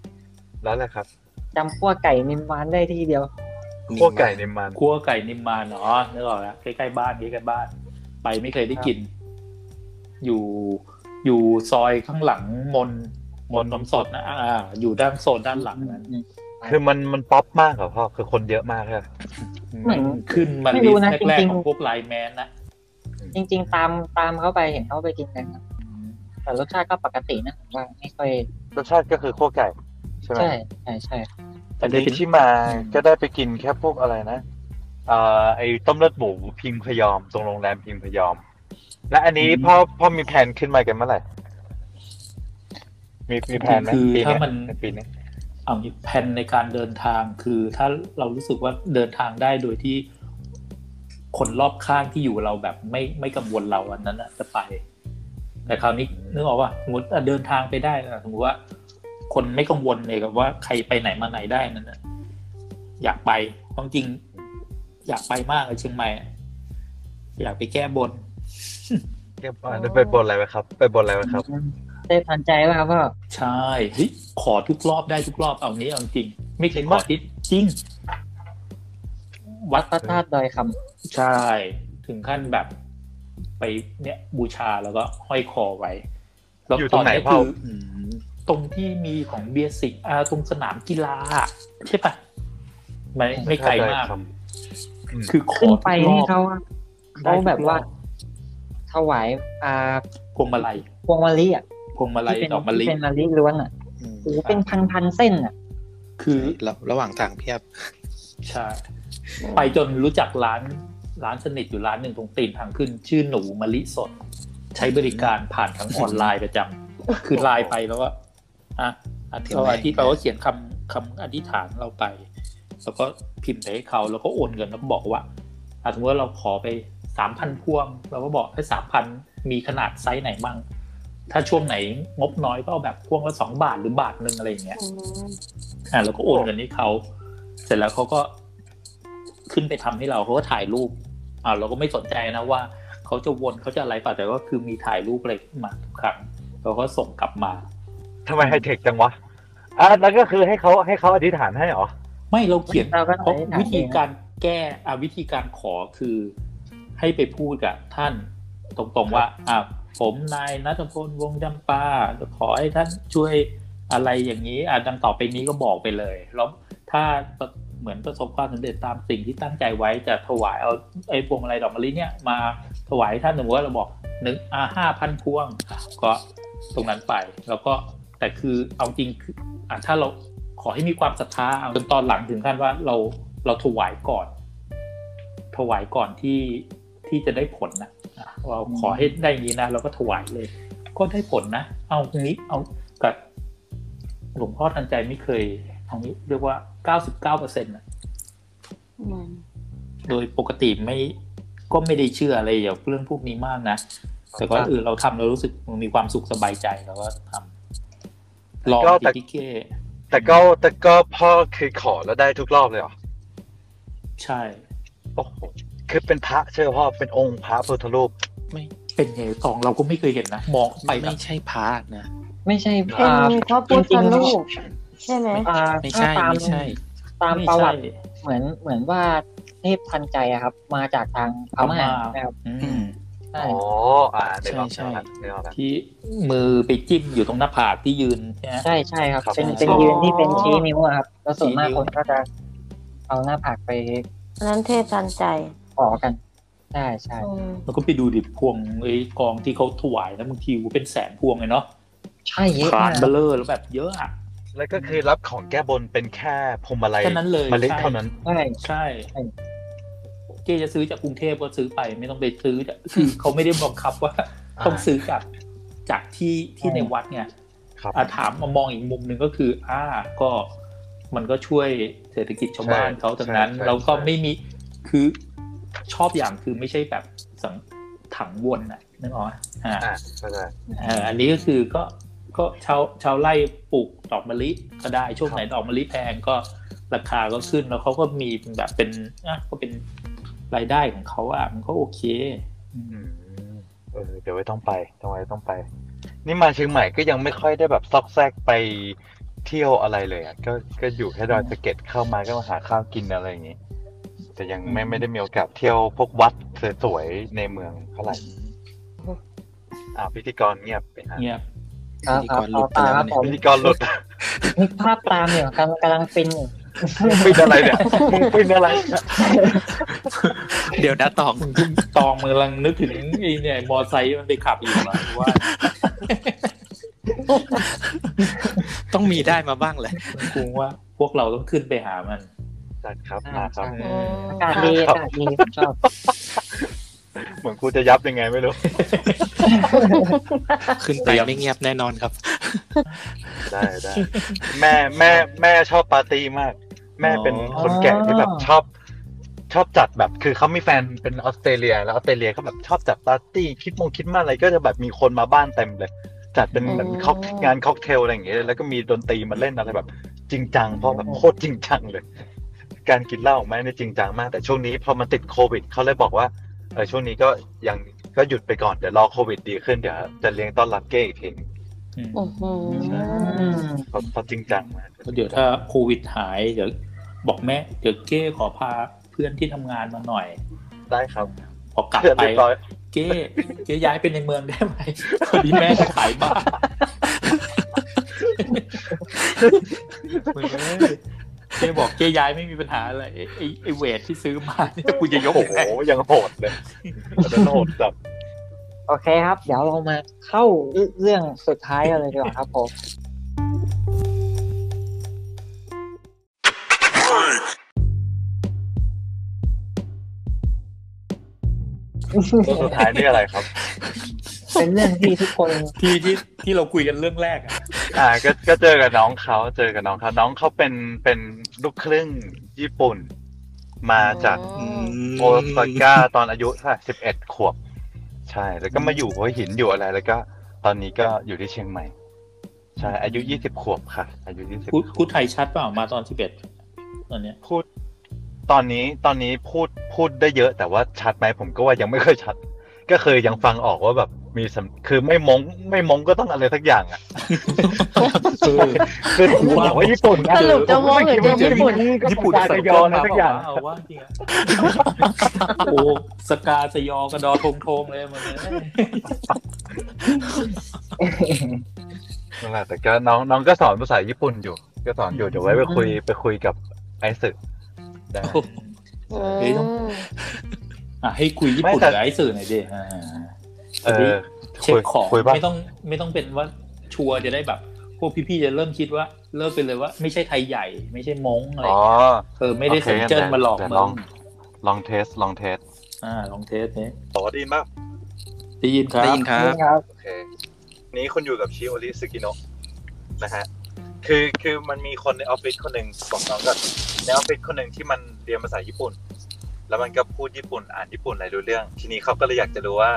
S2: แล้วอะไรครับ
S3: จำขั้วไก่นิมวานได้ที่เดียว
S2: พวกไก่ในมัน
S4: คั่วไก่นิมมานเนาะนึกออกแล้วใกล้ๆบ้านใกล้ๆบ้าน ไปไม่เคยได้กิน อยู่อยู่ซอยข้างหลังมนมนนมสดนะอ่า อยู่ด้านโซนด้านหลังนั้น
S2: คือมันมันป๊อปมากเหรอพ่อคือคนเยอะมากเลย
S3: เหมือน
S4: ขึ้นมา
S3: ไม่
S4: ลิ
S3: รู้
S4: สต์
S3: นะ
S4: แรก
S3: จริ
S4: ๆ
S3: งๆ
S4: ของพวกไลน์แมนนะ
S3: จริง ๆ ตามตามเขาไปเห็นเขาไปกินกันครับแต่รสชาติก็ปกตินะผมว่าไม่ค่อย
S2: รสชาติก็คือคั่วไก่ ใช่ไหม
S3: ใช่ใช่ใช่
S2: แต่ที่ที่มาก็ได้ไปกินแค่พวกอะไรนะ เอ่อไอ้ต้มเลือดหมูพิมพยอมตรงโรงแรมพิมพยอม และอันนี้พ่อพ่อมีแผนขึ้นมากันเมื่อไหร่ มีมีแผนไหม
S4: คือ
S2: ปี
S4: ถ้า
S2: เนี้ย
S4: มัน
S2: ในปีเนี้ย
S4: เอามีแผนในการเดินทางคือถ้าเรารู้สึกว่าเดินทางได้โดยที่คนรอบข้างที่อยู่เราแบบไม่ไม่กังวลเราอันนั้นน่ะจะไป แต่คราวนี้นึกออกว่าสมมติอ่ะเดินทางไปได้อ่ะสมมติว่า คนไม่กังวลเลยกับว่าใครไปไหนมาไหนได้นั้นน่ะอยากไปความจริง อยากไปมากเลยเชียงใหม่อ่ะอยากไปแก้บน
S2: เรียบร้อยแล้วไปบนอะไรไว้ครับ ไปบนอะไรไว้ครับ
S3: ได้ทันใจป่ะครับพ่อ
S4: ใช่เฮ้ยขอทุกรอบได้ทุกรอบเอางี้เอาจริง ไม่เคยขอที่จริง
S3: วัดพระธาตุดอยค
S4: ใช่ถึงขั้นแบบไปเนี่ยบูชาแล้วก็ห้อยคอไว้ แล้ว
S2: อยู่
S4: ต
S2: ตร
S4: อน
S2: งไหน
S4: เนี้ย
S2: พ่อ
S4: คืออืมตรงที่มีของเบียร์สิกอ่าตรงสนามกีฬาใช่ปะไม่ไม่ไกลมาก
S2: ครับ
S4: คือ
S3: ำ
S4: ขอ
S3: ขึ้นไป
S4: ทุกร
S3: นี่
S4: อบ
S3: เขาเขา
S4: ได้ทุกรอ
S3: แบบว่า ถวายอ่า
S4: พวงมาลัย
S3: พวงมาลีอ่ะ
S4: พวงมาลัย
S3: ที่เป็น
S4: ดอกมะลิ
S3: ที่เป็นมาลีล้วนอ่ะ
S4: อืม
S3: โอ้โหเป็นพันพันๆเส้นอ่ะ
S4: คือ
S7: ระระหว่างทางเพียบ
S4: ใช่ไปจนรู้จักร้านร้านสนิทอยู่ร้านหนึ่งตรงตีนทางขึ้น ชื่อหนูมะลิสด ใช้บริการผ่านทางออนไลน์ประจำคือไลน์ไปแล้วก็อ่ะอธิษฐานที่แปลว่าเขียนคำคำอธิษฐานเราไป แล้วก็พิมพ์ไปให้เขาแล้วก็โอนเงินแล้วบอกว่าอ่ะสมมติว่าเราขอไปสามพันพวงเราก็บอกให้สามพันมีขนาดไซส์ไหนบ้างถ้าช่วงไหนงบน้อยก็เอาแบบพวงละสองบาทหรือบาทหนึ่งอะไรอย่างเงี้ย อ่ะแล้วก็โอนเงินให้เขา เสร็จแล้วเขาก็ขึ้นไปทำให้เราเขาก็ถ่ายรูปอ่าเราก็ไม่สนใจนะว่าเขาจะวนเขาจะอะไรเปล่ะแต่ก็คือมีถ่ายรูปอะไรขึ้นมาทุกครั้งเราก็ส่งกลับมา
S2: ทำไมไฮเทคจังวะ อ่ะแล้วก็คือให้เขาให้เขาอธิษฐานให้เหรอ
S4: ไม่เราเขียน
S3: เราก็
S4: เพราะ
S3: ถ่ายเอง
S4: วิธีการแก้อ่ะวิธีการขอคือให้ไปพูดกับท่านตรงๆว่าอ่ะผมนายนัทพลวงศ์จำปาขอให้ท่านช่วยอะไรอย่างนี้อ่ะดังต่อไปนี้ก็บอกไปเลยแล้วถ้าเหมือนประสบความสำเร็จตามสิ่งที่ตั้งใจไว้จะถวายเอาไอ้พวงอะไรดอกมะลิเนี่ยมาถวายท่านสมมติว่าเราบอกหนึ่งอ่ะห้าพันพวงอ่ะก็ตรงนั้นไป แล้วก็แต่คือเอาจริงคือ อ่ะถ้าเราขอให้มีความศรัทธาจนตอนหลังถึงขั้นว่าเราเราถวายก่อน ถวายก่อนที่ที่จะได้ผลนะอ่ะเราขอให้ได้อย่างนี้นะเราก็ถวายเลย ก็ได้ผลนะ เอาตรงนี้เอากับหลวงพ่อทันใจไม่เคยเอางี้เรียกว่าเก้าสิบเก้าเปอร์เซ็นต์ะ โดยปกติไม่ก็ไม่ได้เชื่ออะไรเกี่ยวกับเรื่องพวกนี้มากนะ แต่ก็เออเราทำเรารู้สึกมีความสุขสบายใจเราก็ทำลอง
S2: ก็
S4: ติ
S2: แต่
S4: พิเก้
S2: แต่ก็แต่ก็พ่อเคยขอแล้วได้ทุกรอบเลยเหรอ
S4: ใช่
S2: โอ้โห คือเป็นพระเชื่อพ่อเป็นองค์พระพุทธรูป
S4: เป็นไงสองเราก็ไม่เคยเห็นนะ มองไป
S7: ไม่
S4: นะ
S7: ไม่ใช่พาร์ทนะ
S3: ไม่ใช่
S6: เป็
S3: อ่าน
S6: พระพุทธรูปใช่ไหม
S3: อ่า
S7: ไม่ใช่
S3: ถ้าตาม
S7: ไม่ใช่
S3: ตาม
S4: ไม่
S3: ประ
S4: ใช่
S3: วัติเหมือนเหมือนว่าเทพทันใจอะครับ มาจากทางพม่า
S4: พม่า
S3: นะครับ
S4: อื
S7: อื
S4: ม
S7: ม
S3: ใช่
S2: อ๋อ อ่าเดี๋ยว
S7: ใช่ใช่
S2: เดี๋ยวครับ
S4: ที่มือไปจิ้มอยู่ตรงหน้าผากที่ยืนใช่ไหม
S3: ใช่ใช่ครับ
S2: ครับ
S3: เป็น
S4: ใช่
S3: เป็นยืนที่เป็นชี้นิ้วอะครับแล้วส่วนมาก
S4: ชี้นิ้ว
S3: คนก็จะเอาหน้าผากไป
S6: อันนั้นเทพทันใจ
S3: ขอกัน ใช่ใช่
S6: อืม
S4: แล้วก็ไปดูดิพวงไอ้กองที่เขาถวายนะบางทีเป็นแสนพวงเลยเนาะ
S3: ใช่เยอะ
S4: คาน
S3: มาก
S4: เบลเลอร์แล้วแบบเยอะอะ
S2: แล้วก็คือรับของแก้บนเป็นแค่พวงมาลัย
S4: แค่นั้นเลย
S2: มะลิ
S4: ใช่
S2: เท่านั้น
S3: ใช่
S4: ใช่เจ๊จะซื้อจากกรุงเทพก็ซื้อไปไม่ต้องไปซื้อจากคือ เขาไม่ได้บังคับว่า
S2: อ่า
S4: ต้องซื้อจากจากที่ที่ในวัดไง
S2: ครับ
S4: อ่ะถามมามองอีกมุมหนึ่งก็คือ อ่าก็มันก็ช่วยเศรษฐกิจชาวบ้านเขาทั้งนั้นแล้วก็ไม่มีคือชอบอย่างคือไม่ใช่แบบสังถังวนน่ะนึกออกไหมอ่า
S2: อ่าก็ได้
S4: เอ่ออันนี้ก็คือก็ก็ชาวชาวไร่ปลูกดอกมะลิก็ได้ช่วงไหนดอกมะลิแพงก็ราคาก็ขึ้นแล้วเขาก็มีแบบเป็นอ่ะก็เป็นรายได้ของเขาอ่ะมันก็โอเคอืม
S2: อืมเออเดี๋ยวไว้ต้องไปต้องไว้ต้องไป นี่มาเชียงใหม่ก็ยังไม่ค่อยได้แบบซอกแซกไปเที่ยวอะไรเลยอ่ะก็ก็อยู่แค่ดอยสะเก็ดเข้ามาก็มาหาข้าวกินอะไรอย่างงี้ แต่ยังไม่ไม่ได้มีโอกาสเที่ยวพวกวัดสวยๆในเมืองเท่าไหร่อ่าพิธีกรเงียบไปฮะ
S4: เงียบ
S3: ครับ
S7: พิธี
S3: ครั
S7: กร
S3: บ
S7: ห
S3: ข
S7: ลุดไป
S3: อตา
S7: แล้ว
S3: ครับ
S7: เนี่ย
S3: ผม
S2: พิธีกรห ลุด
S3: นึกภาพตามอยู่กำลังกำลังฟินอยู่
S2: มึงปินอะไรเนี่ยมึงปิน อะไร
S7: เดี๋ยวนะตอง
S4: ตองมือกำลังนึกถึงไอ้เนี่ยมอไซค์มันไปขับอยู่แล้วว่า
S7: ต้องมีได้มาบ้างแหละ
S4: คงว่าพวกเราต้องขึ้นไปหามัน
S2: จัดครับมาครับ
S3: ใช่
S6: อืม
S3: อากาศดีอากาศดีผมชอบ
S2: เหมือนกูจะยับยังไงไม่รู้
S7: ขึ้นไปไม่เงียบแน่นอนครับ
S2: ได้ได้แม่แม่แม่ชอบปาร์ตี้มาก แม่เป็นคนแก่ที่แบบชอบ ชอบจัดแบบ คือเขามีแฟนเป็นออสเตรเลีย แล้วออสเตรเลียก็แบบชอบจัดปาร์ตี้คิดมงคิดมากอะไรก็จะแบบมีคนมาบ้านเต็มเลย จัดเป็นแบบค็อกงานค็อกเทลอะไรอย่างเงี้ยแล้วก็มีดนตรีมาเล่นอะไรแบบ จริงจังเพราะแบบโคตรจริงจังเลย การกินเหล้าของแม่เนี่ยจริงจังมาก แต่ช่วงนี้พอมันติดโควิดเขาเลยบอกว่าเออช่วงนี้ก็ยังก็หยุดไปก่อนเดี๋ยวรอโควิดดีขึ้นเดี๋ยวจะเลี้ยงต้อนรับเก้อีกทีหนึ่ง
S6: อื้อหือ
S2: ใช่ เขาเขาจริงจังมาก
S4: เดี๋ยวถ้าโควิดหายเดี๋ยวบอกแม่เดี๋ยวเก้ขอพาเพื่อนที่ทำงานมาหน่อย
S2: ได้ครับ
S4: พอกลับ
S2: เรียบ
S4: ไป
S2: ร้อย
S4: เก้เก้ย้ายไปในเมืองได้ไหมพอดีแม่จะขายบ้านมึงเอ้ยเก้บอกเก้ย้ายไม่มีปัญหาอะไรไอ้ไอ้ไอ้เวทที่ซื้อมาเนี่ยกูจะยก
S2: โอ้
S4: ยัง
S2: โห
S4: ไง
S2: ยังโหดเลยอันนั้นโหดจับ
S3: โอเคครับ เดี๋ยวเรามาเข้าเรื่องสุดท้ายกันเลยดีกว่าครับผม
S2: ตัวสุดท้ายนี่อะไรครับ
S3: เป็นเรื่องที่ทุกคน
S4: ที่ที่ที่เราคุยกันเรื่องแรกอะ
S2: อ่าก็ก็เจอกับน้องเขาเจอกับน้องเขาน้องเขาเป็นเป็นลูกครึ่งญี่ปุ่น มาจาก
S6: อืม
S2: โอซาก้าตอนอายุสิบเอ็ดขวบ ใช่ แล้วก็มาอยู่หัวหินอยู่อะไร แล้วก็ ตอนนี้ก็อยู่ที่เชียงใหม่ ใช่ อายุยี่สิบขวบค่ะ อายุยี่สิบ
S4: พูดพูดไทยชัดเปล่ามาตอนสิบเอ็ดตอนเนี้ย
S2: พูดตอนนี้ตอนนี้พูดพูดได้เยอะแต่ว่าชัดไหมผมก็ว่ายังไม่ค่อยชัด ก็เคยยังฟังออกว่าแบบมีสำคือไม่มงไม่มงก็ต้องอะไรสักอย่างอ่ะ คือผมบอกว่าญี่ปุ่นนะ
S6: สรุปจะมองหรือจะญี่ปุ่น
S2: ญี่ปุ่นสยองอะไรสักอย่าง
S4: เอาว่าจริงอะโอ้สกาสยองกระดอทงโทงเลยมันเนี่ย
S2: นั่นแหละแต่ก็น้องน้องก็สอนภาษาญี่ปุ่นอยู่ ก็สอนอยู่เดี๋ยวไว้ไปคุยไปคุยกับไอซ์สึได้
S6: อืม
S4: อ่ะให้คุยญี่ปุ่
S2: ไม่
S4: น
S2: แต่
S4: กับไอ้สื่อหน่อยดิอ่า
S2: เออ
S4: เช็คของ
S2: คุยบ้าง
S4: ไม่ต้องไม่ต้องเป็นว่าชัวร์จะได้แบบ พวกพี่ๆจะเริ่มคิดว่า เริ่มไปเลยว่า ไม่ใช่ไทยใหญ่ ไม่ใช่มงอะไร
S2: อ๋อ
S4: เออไม่ได้สนเจิ้นมาหลอก
S2: โเค
S4: มึ
S2: ลอง
S4: ง
S2: ลองเทสลองเทส
S4: อ่าลองเทสเนี่ย
S2: ต่อดีมาก
S4: ได้ยินครับ
S5: ได้ยินครับ
S3: ครับ
S2: โอเค นี้คุณอยู่กับชิโอริสึกิโนะนะฮะ คือคือมันมีคนในออฟฟิศคนหนึ่งบอกน้องก่อนในออฟฟิศคนหนึ่งที่มันเรียนภาษาญี่ปุ่น แล้วมันก็พูดญี่ปุ่นอ่านญี่ปุ่นอะไรรู้เรื่อง ทีนี้เขาก็เลยอยากจะรู้ว่า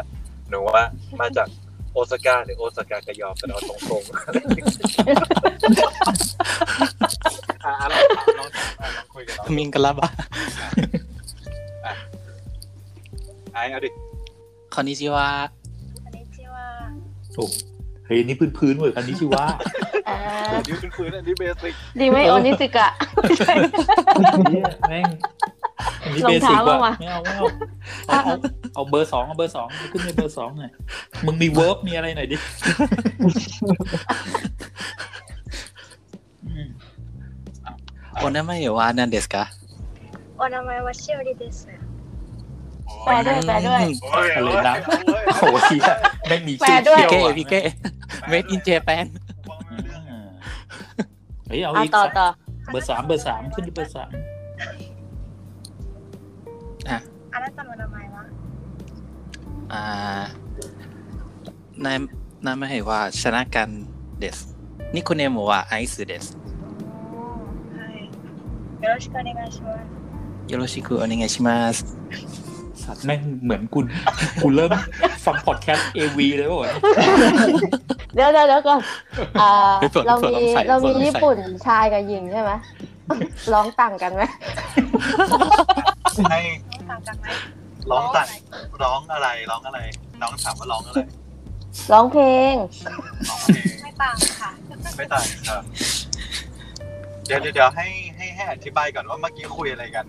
S2: หนูว่ามาจากโอซาก้าหรือโอซากากะยอกันเอาตรงๆอะไรอย่างเงี้ยอ่ะอ่ะลองถามลองถามอ่ะลองคุยกับน้อง
S7: มิงกะลาบะ
S2: ไอ้เอาดิ
S5: คอนนิชิวะ
S4: โอ้เฮ้ยนี่พื้นๆเว้ยคันนี้ชื่อว่า
S6: อ่า
S2: อันนี้เป็นคืนอันนี้เบสิก
S6: ดีไหม่ออนิสึกะ
S4: เนี่ยแม่งอันนี้
S6: รอ
S4: เบ
S6: ง
S4: สิก
S6: เท้า
S4: ว่ะ
S6: ลงมา
S4: ไม่เอาไม่เอาเอาเอาเอาเบอร์สองเอาเบอร์สองขึ้นไปเบอร์สองหน่อยมึงมีเวิร์บมีอะไรหน่อยดิอืม
S5: โอนาไมวานันเดสกะ
S8: お名前はしおりです。
S6: แปลด้วยแปลด้ว
S4: อ
S6: ย
S4: ะไรนะโอ้โหเหี้ยไม่งมีชื่อ
S6: แปลด้วย
S4: เที่ยว
S5: เก้
S4: อ่ะ
S5: พี่เก้เมดอินเจแปน
S4: อ่าเฮ้ยเอา
S6: อ่ะ
S4: อีก
S6: ต่อ
S4: สัก
S6: ต่อ
S4: เบอร์สามเบอร์สามขึ้นที่เบอร์สาม
S8: あなたの名前は
S5: อ่านายนายไม่ให้ว่าชนะกันเดสนิโคเนโมวะไอซ์เดส
S8: はい。よろしくお願いします。
S5: โยโรชิคุโอเนไงชิมาส
S4: สัตว์แม่งเหมือนกูกูเริ่มฟังพอดแคสต์เอวีเลยป่ะวะ
S6: เดี๋ยวเดี๋ยวเดี๋ยวก่อนอ่า
S5: ไปเปิด
S6: เรา
S5: เปิดล
S6: มี
S5: องใส่
S6: เรา
S5: เปิ
S6: มี
S5: ดลอง
S6: ญี่
S5: ใส่
S6: ปุ่นชายกับหญิงใช่ไหมร้องต่างกันไหม
S2: ให้
S8: どうだったかい
S2: ร้องตัดร้องอะไรร้องอะไร น้องถามว่าร้องอะไร
S6: ร้องเพลง
S2: ร้องเพลง
S8: ไม่ต่างค่ะ
S2: ไม่ต่างครับเดี๋ยวเดี๋ยวเดี๋ยวให้ให้ให้อธิบายก่อนว่าเมื่อกี้คุยอะไรกัน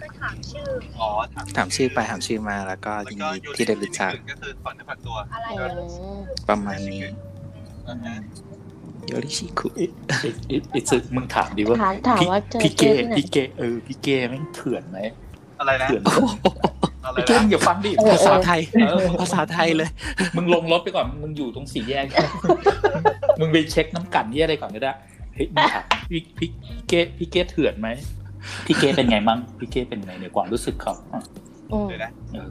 S8: ก็ถามชื่อ
S2: อ๋อถาม
S5: ถามชื่อไปถามชื่อมาแล้วก็
S2: แล้ว
S5: ยิน
S2: ก็
S5: ดี
S2: อยู่ใน
S5: ที่ได้รู้จัก
S2: ก็คือฝันในฝันตัว
S8: อะไร
S6: อื
S8: รู้
S6: ม
S5: ประมาณนี้
S2: อ่าฮะ
S5: โยริชิคุ
S4: ไอ้ไอ้ไอ้สึกมึงถามดิว่า
S6: ถามถามว่าเจอ
S4: พี่
S6: เจ
S4: เก้
S6: อที่ไหน
S4: พี่เก้เออพี่เก้แม่งเถื่อนไหม
S2: อะไรนะ
S4: เถื่อน
S2: อะไร
S4: พี่เก้
S2: นะ
S4: มึงอย่าฟังดิ
S5: ภาษาไทย
S4: เออ
S5: ภาษาไทยเลย
S4: มึงลงรถไปก่อน มึงอยู่ตรงสี่แยก มึงไปเช็คน้ำกันที่อะไรก่อนก็ได้เฮ้ยมึงถามพี่พี่พี่เก้พี่เก้เถื่อนไหม พี่เก้เป็นไงมั้งพี่เก้เป็นไงในความรู้สึกเขาอ่ะ
S6: อืม
S2: เดี๋ยวนะ
S4: เออ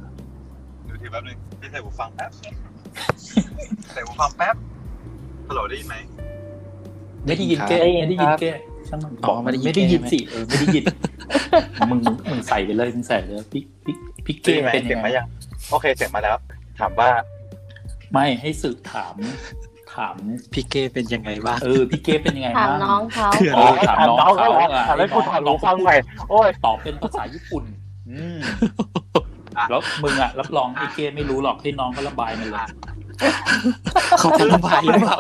S2: ดูทีแป๊บนึงพี่ใส่หูฟังแป๊บใส่หูฟังแป๊บฮัลโหลได้ยินไหม
S4: ไม่ได้ยินเก้
S3: ได้ยิน
S4: ไม่ได้ยิ
S3: คน รับ
S4: เก้ช่างมัน
S5: อ๋อไม่ได้ยิน
S4: ไม่ได้ยิน
S5: เก้
S4: สิเออไม่ได้ยิน มึงมึงใส่ไปเลยมึงใส่เลยพี่พี่พี่
S2: ได้ยินไหม
S4: เก้เป็น
S2: เสียง
S4: ไง
S2: มายังโอเคเสียงมาแล้ว ถามว่า
S4: ไม่ให้สืบถาม ถาม
S5: พี่เก้เป็นยังไงบ้าง
S4: เออพี่เก้เป็นยังไง
S6: ถาม
S4: บ้าง
S6: น้องเขา
S5: เถื่อน
S4: เออถามน้อง
S2: ถาม
S4: เขา
S2: น้อง
S4: อ่ะ
S2: ถามแล้วกูถามน้องฟังใหม่โอ้ย
S4: ตอบเป็นภาษาญี่ปุ่น อืมแล้วมึงอ่ะ รับรองไอ้เก้ไม่รู้หรอกให้น้องเขาระบายมันเลย
S5: เขาเป็นระบายหรือเปล่า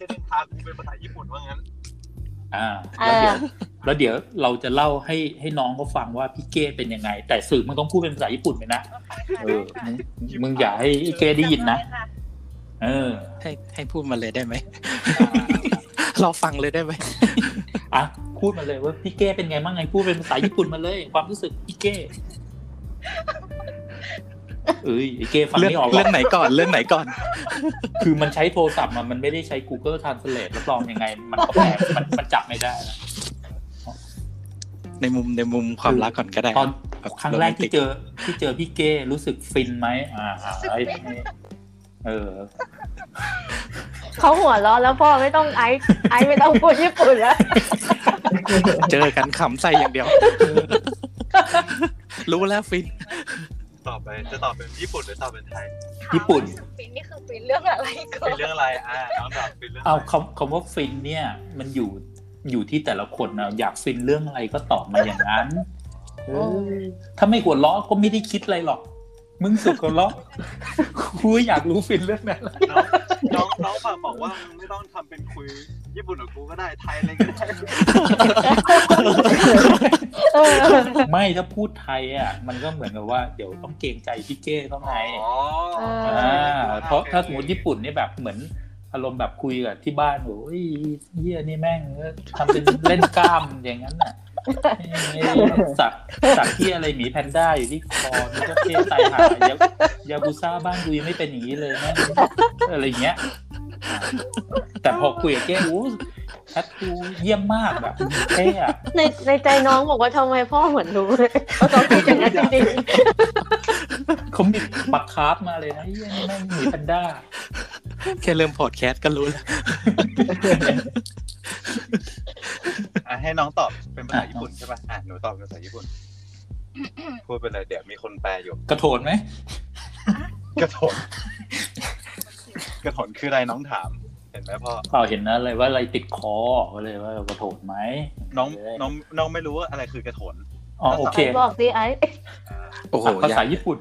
S2: จะเดินทางกูเป็นภาษาญี่ปุ่นว่างั้น
S4: อ่า
S6: เอ
S4: แล้ว
S6: อ
S4: เดี๋ยวแล้วเดี๋ยวเราจะเล่าให้ให้น้องเขาฟังว่าพี่เก้เป็นยังไง แต่สื่อมึงต้องพูดเป็นภาษาญี่ปุ่นไปนะเออมึงมึงอย่าให้ไอ้เก้ได้ยินนะเออ
S5: ให้ให้พูดมาเลยได้ไหม เราฟังเลยได้ไหม
S4: อ่ะพูดมาเลยว่าพี่เก้เป็นไงบ้างไงพูดเป็นภาษาญี่ปุ่นมาเลย ความรู้สึกพี่เก้เอ้ยไอเก้ฟัง
S5: เรื่อง
S4: ไม่ออกหร
S5: เรื่
S4: อ
S5: อง
S4: ก
S5: ไหนก่อนเรื่องไหนก่อน
S4: คือมันใช้โทรศัพท์อะมันไม่ได้ใช้ Google Translate รับรองยังไง มันก็แปลมันมันจับไม่ได้นะ
S5: ในมุมในมุมความรักก่อนก็ได้
S4: ตอน
S5: บบ
S4: ครั้งแรกที่เจ
S5: โมน
S4: อ
S5: ติ
S4: ที่เจอพี่เก้รู้สึกฟินไหมอ่าอ่าไอ้เออ
S6: เขาหัวเราะแล้วพ่อไม่ต้องไอซ์ไอซ์ไม่ต้องพูดญี่ปุ่นแล้ว
S5: กเจอกันขำใส่อย่างเดียว รู้แล้วฟิน
S2: ตอบไปจะตอบเป็นญี่ปุ่นหรือตอบเป็นไทย
S4: ญี่ปุ่น
S8: ฟินนี่คือฟินเรื่องอะไรก็
S2: เป็นเรื่องอะไรอ่าน้องตอบเป็นเรื่องอะ
S4: เอา
S2: ไร
S4: คำคำว่าฟินเนี่ย มันอยู่อยู่ที่แต่ละคนนะอยากฟินเรื่องอะไรก็ตอบมาอย่างนั้นเออถ้าไม่หัวเราะก็ไม่ได้คิดอะไรหรอก มึงสุดหัวเราะกูอยากรู้ฟินเรื่องนั้น ละ
S2: น้องน้องน้องฝากบอกว่ามึงไม่ต้องทำเป็นคุยญี่ปุ่นกับกูก็ได้ไทยอะไรก็ได้
S6: เออ
S4: ไม่ถ้าพูดไทยอ่ะ มันก็เหมือนกับว่าเดี๋ยวต้องเกรงใจพี่เก้เขาไง
S2: อ๋อ
S4: อ่าเพราะถ้าสมมติญี่ปุ่นเนี่ยแบบเหมือนอารมณ์แบบคุยกับที่บ้านโอ้ยเฮียนี่แม่งทำเป็นเล่นกล้ามอย่างนั้นน่ะเอ้ยสักสักที่อะไรหมีแพนด้าอยู่ที่คอนี่ก็เท่ตายหายยายาบุซ่าบ้านกูยังไม่เป็นอย่างนี้เลยแม่งอะไรอย่างเงี้ย แต่พอคุยกับเก้โอ้แททูเยี่ยมมากแบบเท่อะ
S6: ในในใจน้องบอกว่าทำไมพ่อเหมือนรู้เลยเขาต้องคิดอย่างนั้นจริง
S4: เขามีปักคาร์ฟมาเลยนะเฮียนี่แม่งหมีแพนด้า
S5: แค่เริ่มพอดแคสต์ก็รู้แล้ว
S2: อ่ะให้น้องตอบเป็นภาษาญี่ปุ่นใช่ป่ะอ่ะหนูตอบเป็นภาษาญี่ปุ่น พูดไปเลยเดี๋ยวมีคนแปลอยู่
S4: กระโถนไหม
S2: กระโถนกระโถนคืออะไรน้องถาม เห็นไหมพ่อ
S4: เปล่าเห็นนะอะไรว่าอะไรติดคอก็เลยว่ากระโถนไหม
S2: น้องน้องน้องไม่รู้ว่าอะไรคือกระโถน
S4: อ๋อโอ
S6: ๆ
S4: เค
S6: ไอซ์บอกสิไอซ์
S5: โอ้โห
S4: อ่ะภาย
S5: า
S4: ษาก ญี่ ปุ่น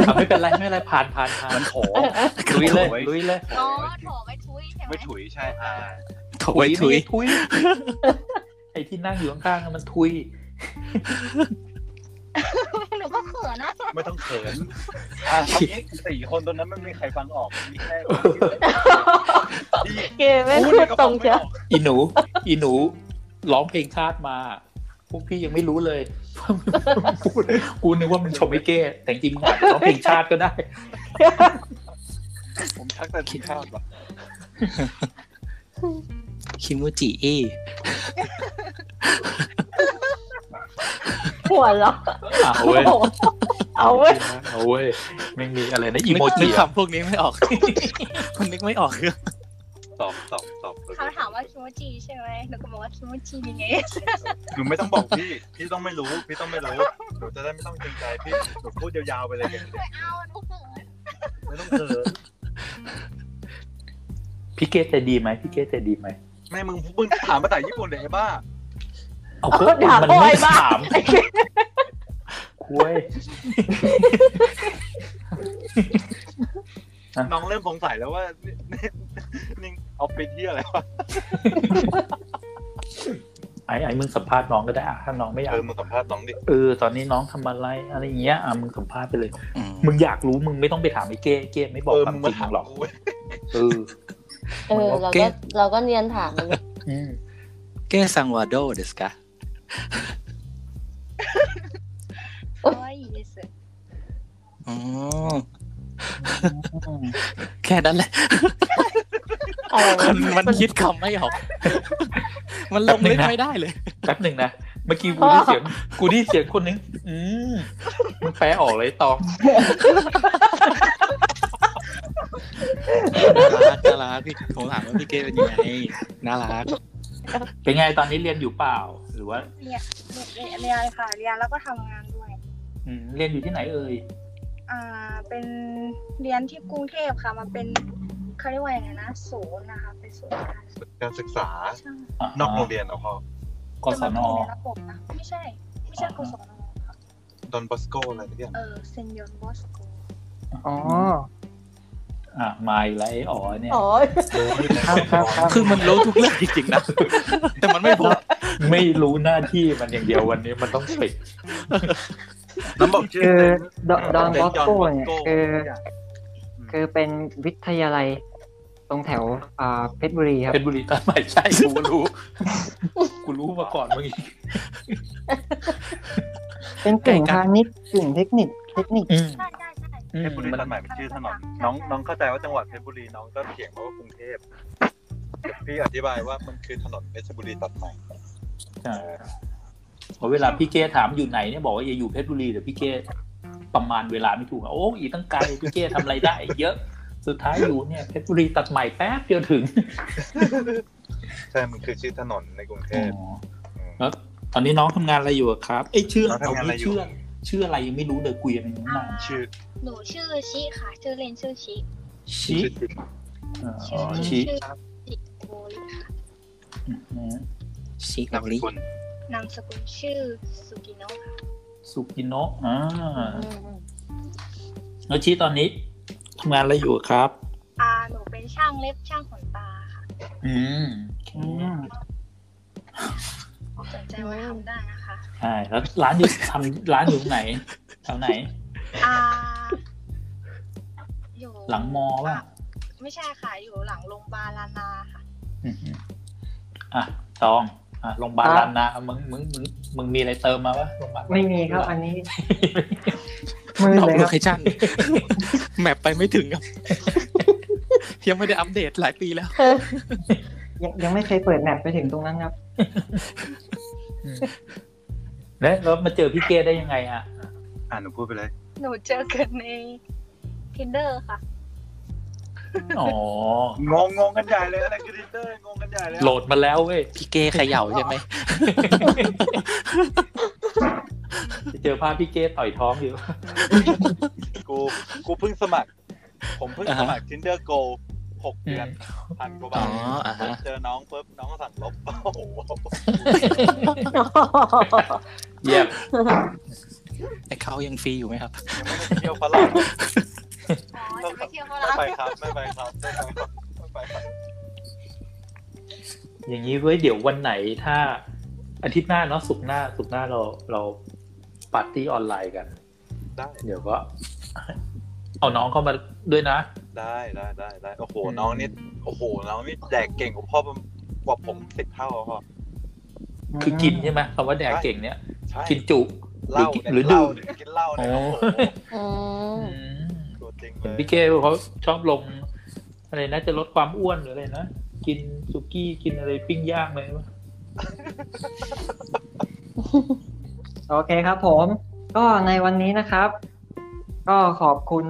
S4: อ่ะไม่เป็นไรไม่เป็นไรผ่านผ่านผ่านมันโถ ลุยเลยลุยเลย
S8: อ๋อโถไม่ทุยใช่ไหม
S2: ไม่ถุยใช่อ่า
S5: โถไว้ถุย
S4: ไม่ใช่ทุย ไอ้ที่นั่งอยู่ข้างๆน่ะมันทุย
S8: หนูก็เขินนะ
S2: ไม่ต้องเขินอ่าคำนี้สี่คนตรงนั้นไม่มีใครฟังออกมีแค่คนที่
S6: เกมไม่พูดตรงเชียว
S4: อีหนู อีหนูร้องเพลงชาติมา พวกพี่ยังไม่รู้เลย พูดกูนึกว่ามันชมไอ้เก้แต่จริงๆมันอาจจะร้องเพลงชาติก็ได้
S2: ผมชักแต่คิดข้าวแบบ
S5: คิมูจิเอย
S6: หัวเราะ
S4: เอาเว้ย
S6: เอาเว้ย
S4: เอาเว้ยไม่งมีอะไรนะอี
S5: นึก
S4: โม
S5: นึ
S4: จิ
S5: ก
S4: อะ
S5: คำพวกนี้ไม่ออก มันนึกไม่ออกคือ
S2: ตอบตอบตอบ
S8: เขาถามว่าคิโมจิใช่ไหมหนูก็บอกว่าคิโมจิยังไง
S2: หนูไม่ต้องบอกพี่ พี่ต้องไม่รู้ พี่ต้องไม่รู้ หนูจะได้ไม่ต้องเกรงใจพี่ หนูพูดยาวๆไปเลยอย่างเดียว
S8: เอาหนูเขิน
S2: ไม่ต้องเขิน
S4: พี่เก้ใจดีไหมพี่เก้ใจดีไหม
S2: แม่มึงมึงถามภาษาญี่ปุ่นเด็กบ้า
S4: เอา
S6: เอา
S4: เถ
S6: ด่า
S4: อะมัน
S6: พ่อ
S4: ไม่
S6: ไอ้บ้า
S4: ถามคุย
S2: น้องเริ่มสงสัยแล้วว่า นี่นี่เอาไปเที่ยวอะไรวะ
S4: ไอ้ไอ้มึงสัมภาษณ์น้องก็ได้อะถ้าน้องไม่อยา
S2: เอก อมึงสัมภาษณ์น้องดิ
S4: เออตอนนี้น้องทำอะไรอะไรอย่างเงี้ยอ่ะมึงสัมภาษณ์ไปเลย
S5: อืม
S4: มึงอยากรู้มึงไม่ต้องไปถามไอ้เก้เก้ไม่บอก
S2: เออ
S4: ความ
S2: มึง
S4: จ
S2: มา
S4: ริง
S2: ถาม
S4: หรอก
S2: กู
S4: เออ
S6: เออเราก็เราก็เนียนถามมันเลย
S4: อืม
S5: เก้ซังวาโดเดสกะ
S8: โอ้ยอีเสือ
S5: อ๋อแค่นั้นแหละ
S6: อะไร
S5: มัน
S6: วะ
S5: มันคิดคำไม่ออก
S7: มันลงลึกไม่ได้เลย
S4: แป๊บหนึ่งนะ เมื่อกี้กูได้เสียงกูได้เสียงคนนึง อืมมันแปลออกเลยตอง
S5: น่ารักน่ารักพี่ผมถามว่าพี่เกดเป็นยังไงน่ารัก
S4: เป็นไงตอนนี้เรียนอยู่เปล่า หรือว่า
S8: เรียนเรียนเรียนค่ะเรียนแล้วก็ทำงานด้วย
S4: อืมเรียนอยู่ที่ไหนเอ่ย
S8: อ่าเป็นเรียนที่กรุงเทพค่ะมาเป็นเขาเรียกว่าอย่างไงนะศูนย์นะคะเป็นศูนย์การศึก
S2: การศึกษา
S8: ษาใช่
S2: นอกโรงเรียนเหรอพ่อก
S4: ศน
S8: จะมาเป็นในระบบนะไม่ใช่ ไม่ใช่กศนค่ะ
S2: ดอนบอสโกอะไรทุกอย่าง
S8: เออเซนยอนบอสโก
S3: อ๋อ
S4: อ่ะมาอีกแล้วไอ้อ๋อเนี่ย
S6: อ๋อ
S3: ครับครับครับ
S5: คือมันรู้ทุกเรื่องจริงๆนะ แต่มันไม่พูด
S4: ไม่รู้หน้าที่มันอย่างเดียววันนี้มันต้องปิด
S2: น้ำบอกชื่อ
S3: คือ
S2: เต็ม
S3: ดอดอนบอสโกเนี่ย
S2: ดอนบอสโก้
S3: คือคือเป็นวิทยาลัยตรงแถวอ่าเพชรบุรีครับ
S4: เป็นบุรีตาใหม่ใช่กูรู้ กูรู้มาก่อนเมื่อกี้
S3: เป็นกึ่งพาณิชย์กึ่งเทคนิคเทคนิค
S4: อืม
S8: ใช่ใช่ใช่
S4: อื
S2: เพ
S4: ม
S2: ชรบุรี
S4: มัน
S2: ตัดใหม่เป็นชื่อถนนน้องน้องเข้าใจว่าจังหวัดเพชรบุรีน้องก็เถียงมาว่ากรุงเทพพี่อธิบายว่ามันคือถนนเพชรบุรีตัดใหม่
S4: ใช่พอเวลาพี่เก้ถามอยู่ไหนเนี่ยบอกว่าอย่าอยู่เพชรบุรีเดี๋ยวพี่เก้ประมาณเวลาไม่ถูกอะโอ้อีตั้งไกลพี่เก้ทำอะไรได้อีกเยอะ สุดท้ายอยู่เนี่ยเพชรบุรีตัดใหม่แป๊บเดียวถึง
S2: ใช่ มันคือชื่อถนนในกรุงเทพอืม
S4: แล้วตอนนี้น้องทำงานอะไรอยู่อะครับ เอ้ยชื่อ
S2: น้องทำงานอะไรอยู่
S4: เชื่อชื่ออะไรยังไม่รู้เลยคุยกันไม่รู้นาน
S2: ชื่อ
S8: หนูชื่อชิค่ะ ชื่อเล่นชื่อชิ
S4: ชิ
S2: ชื่อจริง
S4: อ๋อ
S8: ชื่อจ
S4: ชิ
S8: ริงชื่อจิโบริค่ะ
S4: อืม
S5: ชิลาลิ
S2: คุณ
S8: นามสกุลชื่อสุกิโนะค่ะ
S4: สุกิโนะอ่าโนชิตอนนี้ทำงานอะไรอยู่ครับ
S8: อ่าหนูเป็นช่างเล็บช่างขนตาค่ะ
S4: อืม
S8: สนใจมาทำได้นะคะ
S4: ใช่แล้วร้านอยู่ทำร้านอยู่ไหนแถวไหน
S8: อ่า อยู่
S4: หลังมอป่ะ
S8: ไม่ใช่ค่ะ อยู่หลังโรงพยาบาลลานาค่ะ
S4: อืมอ่ะตองอ่ะโรงพยาบาล
S3: ครับ
S4: ลานนามึงมึงมึงมึงมีอะไรเติมมาปะโรงพยาบาล
S3: ไม่มีครับอันนี้ มือน
S7: อก
S3: เลย
S7: โล
S3: ครับ
S7: เค ชั่น แมปไปไม่ถึ งครับ ยังไม่ได้อัปเดตหลายปีแล้ว
S3: ยังยังไม่เคยเปิดแมปไปถึงตรงนั้นครับ
S4: แล้วแล้วมาเจอพี่เก้ได้ยังไงอ่ะ
S2: อ่านหนูพูดไปเลย
S8: หนูเจอกันใน tinder ค่ะ
S4: อ๋อง
S2: งงงกันใหญ่เลยอะไรคือดินเตอร์งงกันใหญ่เลย
S4: โหลดมาแล้วเว้ย
S5: พี่เก้เขย่าใช่ไหม
S4: จะเจอภาพพี่เก้ต่อยท้องอยู่
S2: กูกูเพิ่งสมัคร ผมเพิ่ง
S5: อ่า
S2: ส
S5: ฮะ
S2: มัคร tinder go หกเดือนพันกว่า
S5: อ๋
S2: บา
S5: อ
S2: ท
S5: อ่ะฮะ
S2: เจอน้องปุ๊บน้องสั่งลบโอ้โห
S4: เยี่ยม
S5: ไอเขายังฟรีอยู่ไหมครับ
S2: ยังไม่ได้เที่ยวฝรั่ง
S8: อ๋อ จะไปเที่ยวเขา
S2: ไม่
S8: แล้ว
S2: ไปครับไม่ไปครับไม่ไปครับไม่ไปครับ
S4: อย่างนี้เว้ยเดี๋ยววันไหนถ้าอาทิตย์หน้าเนาะศุกร์หน้าศุกร์หน้าเราเราปาร์ตี้ออนไลน์กัน
S2: ได้
S4: เดี๋ยวก็ เอาน้องเข้ามาด้วยนะ
S2: ได้ได้ได้ได้โอ้โห
S4: อืม
S2: น้องนี่โอ้โหน้องนี่แดกเก่งกว่าพ่อผมกว่าผมสิบเท่าอะพ่อ
S4: คือกินใช่ไหมคำว่าแดกเก่งเนี้ย
S2: ใช่
S4: กินจุ
S2: เหล้าเนี่ย
S4: หรือ
S2: เห
S4: ดื่
S2: ล้าม เนี่ยกินเหล้าเนี่ยโอ้โหตัวจริง
S4: เห็น
S2: เลย
S4: พี่เก้เขาชอบลง อะไรนะจะลดความอ้วนหรืออะไรนะ กินสุกี้กินอะไรปิ้งย่างอะไรวะ
S3: โอเคครับผม ก็ในวันนี้นะครับ ก็ขอบคุณ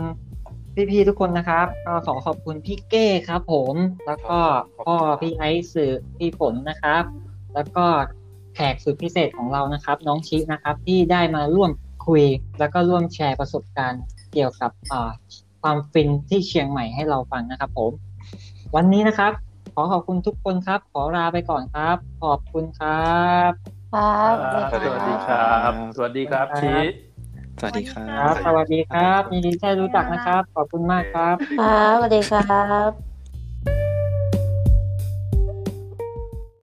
S3: พี่ๆทุกคนนะครับ ก็ขอขอบคุณพี่เก้ครับผม แล้วก็พ่อพี่ไอซ์สื่อพี่ฝนนะครับ แล้วก็แขกสุดพิเศษของเรานะครับ น้องชินะครับ ที่ได้มาร่วมคุย แล้วก็ร่วมแชร์ประสบการณ์เกี่ยวกับอ่าความฟินที่เชียงใหม่ให้เราฟังนะครับ ผม วันนี้นะครับ ขอขอบคุณทุกคนครับ ขอลาไปก่อนครับ ขอบคุณครับ
S6: ครับ
S4: ส
S6: สวั
S4: วั
S6: ส
S4: ส
S6: ดี
S4: ดี
S6: ค
S4: ครับ รับ สวัสดีครับชี
S5: สวัสดีครั
S3: ครับ บ สวัสดีครับยินดีที่ได้รู้จักนะครับ ขอบคุณมากครับ
S6: ครับสวัสดีครับ
S5: ค